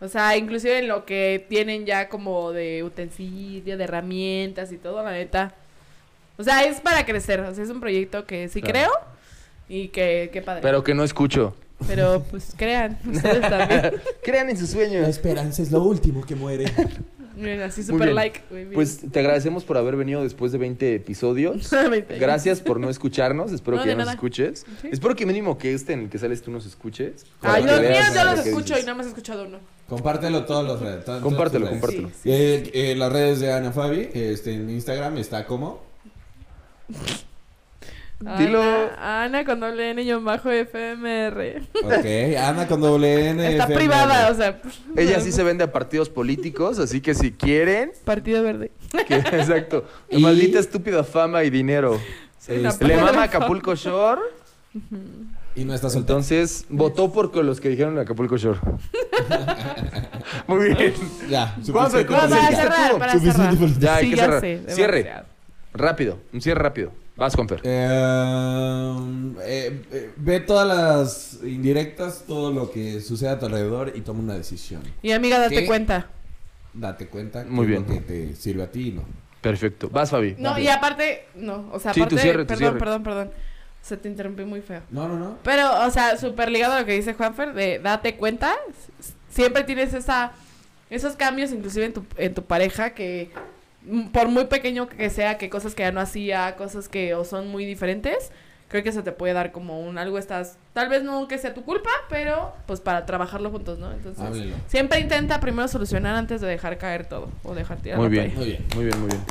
C: O sea, inclusive en lo que tienen ya como de utensilio, de herramientas y todo, la neta. O sea, es para crecer. O sea, es un proyecto que sí
A: Claro.
C: creo y que, qué padre.
A: Pero que no escucho.
C: Pero pues crean, ustedes también.
A: Crean en sus
D: La
A: sueños.
D: esperanza es lo último que muere.
C: Miren, así
A: Muy
C: super
A: bien.
C: like. güey, miren.
A: Pues te agradecemos por haber venido después de 20 episodios.
C: Solamente.
A: Gracias por no escucharnos. Espero
C: No,
A: que ya
C: de
A: nos
C: nada.
A: escuches.
C: Sí.
A: Espero que mínimo que este en el que sales tú nos escuches. para
C: Ay,
A: que
C: los
A: veas
C: míos yo
A: lo
C: los
A: que
C: escucho y
A: dices.
C: no más he escuchado uno.
B: Compártelo todos los redes. todas- todas
A: Compártelo,
B: tus redes.
A: compártelo.
C: Sí, sí.
B: Eh, eh, las redes de Ana Fabi, este, en Instagram está como.
A: Dilo.
C: Ana, Ana con doble N y un bajo FMR.
B: Ok, Ana con doble N.
C: Está
B: FM.
C: privada, o sea.
A: Ella sí se vende a partidos políticos, así que si quieren,
C: Partido Verde.
A: que- exacto.
B: Y-
A: Maldita estúpida fama y dinero.
C: Soy una
B: Este,
A: Le
C: Bueno,
A: mama
C: no.
A: Acapulco Shore.
B: Y no está soltero.
A: Entonces, votó por los que dijeron Acapulco Shore. Muy bien.
B: Ya.
A: ¿Cuándo se-
B: suficiente
A: cuándo se
B: política.
C: para
A: dijiste
C: cerrar,
A: tú?
C: para
B: Suficiente
C: cerrar.
B: política.
A: Ya hay
C: Sí,
A: que
C: ya
A: cerrar.
C: sé, demasiado.
A: Cierre. Rápido. Un cierre rápido. Vas con Fer.
B: Eh, eh, eh, ve todas las indirectas, todo lo que sucede a tu alrededor y toma una decisión.
C: Y amiga, date
B: ¿Qué?
C: cuenta.
B: Date cuenta
A: Muy
B: qué es lo
A: bien.
B: que te sirve a ti y no.
A: Perfecto. Vas, Fabi.
C: No, y aparte, no, o sea,
A: Sí, tu
C: aparte,
A: cierre, tu
C: perdón,
A: cierre.
C: perdón, perdón. O sea, te interrumpí muy feo.
B: No, no, no.
C: Pero, o sea, súper ligado a lo que dice Juanfer, de date cuenta, s- siempre tienes esa, esos cambios, inclusive en tu, en tu pareja, que mm, por muy pequeño que sea, que cosas que ya no hacía, cosas que o son muy diferentes, creo que se te puede dar como un algo estás, tal vez no que sea tu culpa, pero pues para trabajarlo juntos, ¿no? Entonces,
B: Háblenlo.
C: siempre intenta primero solucionar antes de dejar caer todo o dejar tirar
A: Muy
C: la
A: bien.
C: toalla.
A: Muy
B: Muy bien.
A: bien, muy bien.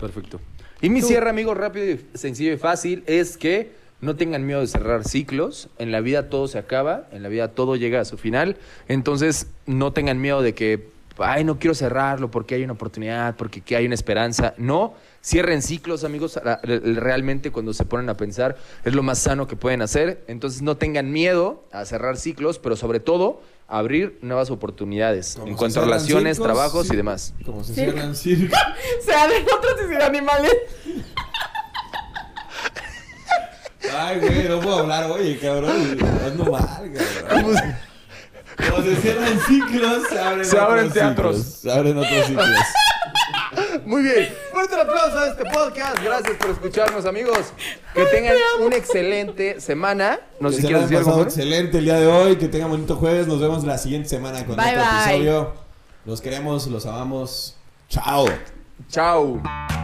A: Perfecto. Y mi
C: Tú.
A: cierre, amigo, rápido, y sencillo y fácil, es que no tengan miedo de cerrar ciclos. En la vida todo se acaba, en la vida todo llega a su final. Entonces, no tengan miedo de que, ay, no quiero cerrarlo porque hay una oportunidad, porque aquí hay una esperanza. No, cierren ciclos, amigos. Ra- re- Realmente cuando se ponen a pensar es lo más sano que pueden hacer. Entonces, no tengan miedo a cerrar ciclos, pero sobre todo a abrir nuevas oportunidades
B: Como
A: en
B: se
A: cuanto a
B: cierran
A: relaciones,
B: circos,
A: trabajos
B: sí.
A: y demás.
B: Como se
C: Sí.
B: cierran circos.
C: Se abren otros y animales.
B: Ay, güey, no puedo hablar, oye, cabrón. Ando mal, cabrón. Como se cierran ciclos, se abren
A: Se abren
B: otros
A: teatros.
B: ciclos. Se abren otros ciclos.
A: Muy bien. Fuerte el aplauso a este podcast. Gracias por escucharnos, amigos. Que tengan una excelente semana. No
B: Que
A: sé si
B: se
A: quieres
B: la hayan
A: decir algo.
B: pasado
A: Fer.
B: excelente el día de hoy. Que tengan bonito jueves. Nos vemos la siguiente semana con
C: Bye,
B: otro
C: bye.
B: episodio. Los queremos, los amamos. Chao.
A: Chao.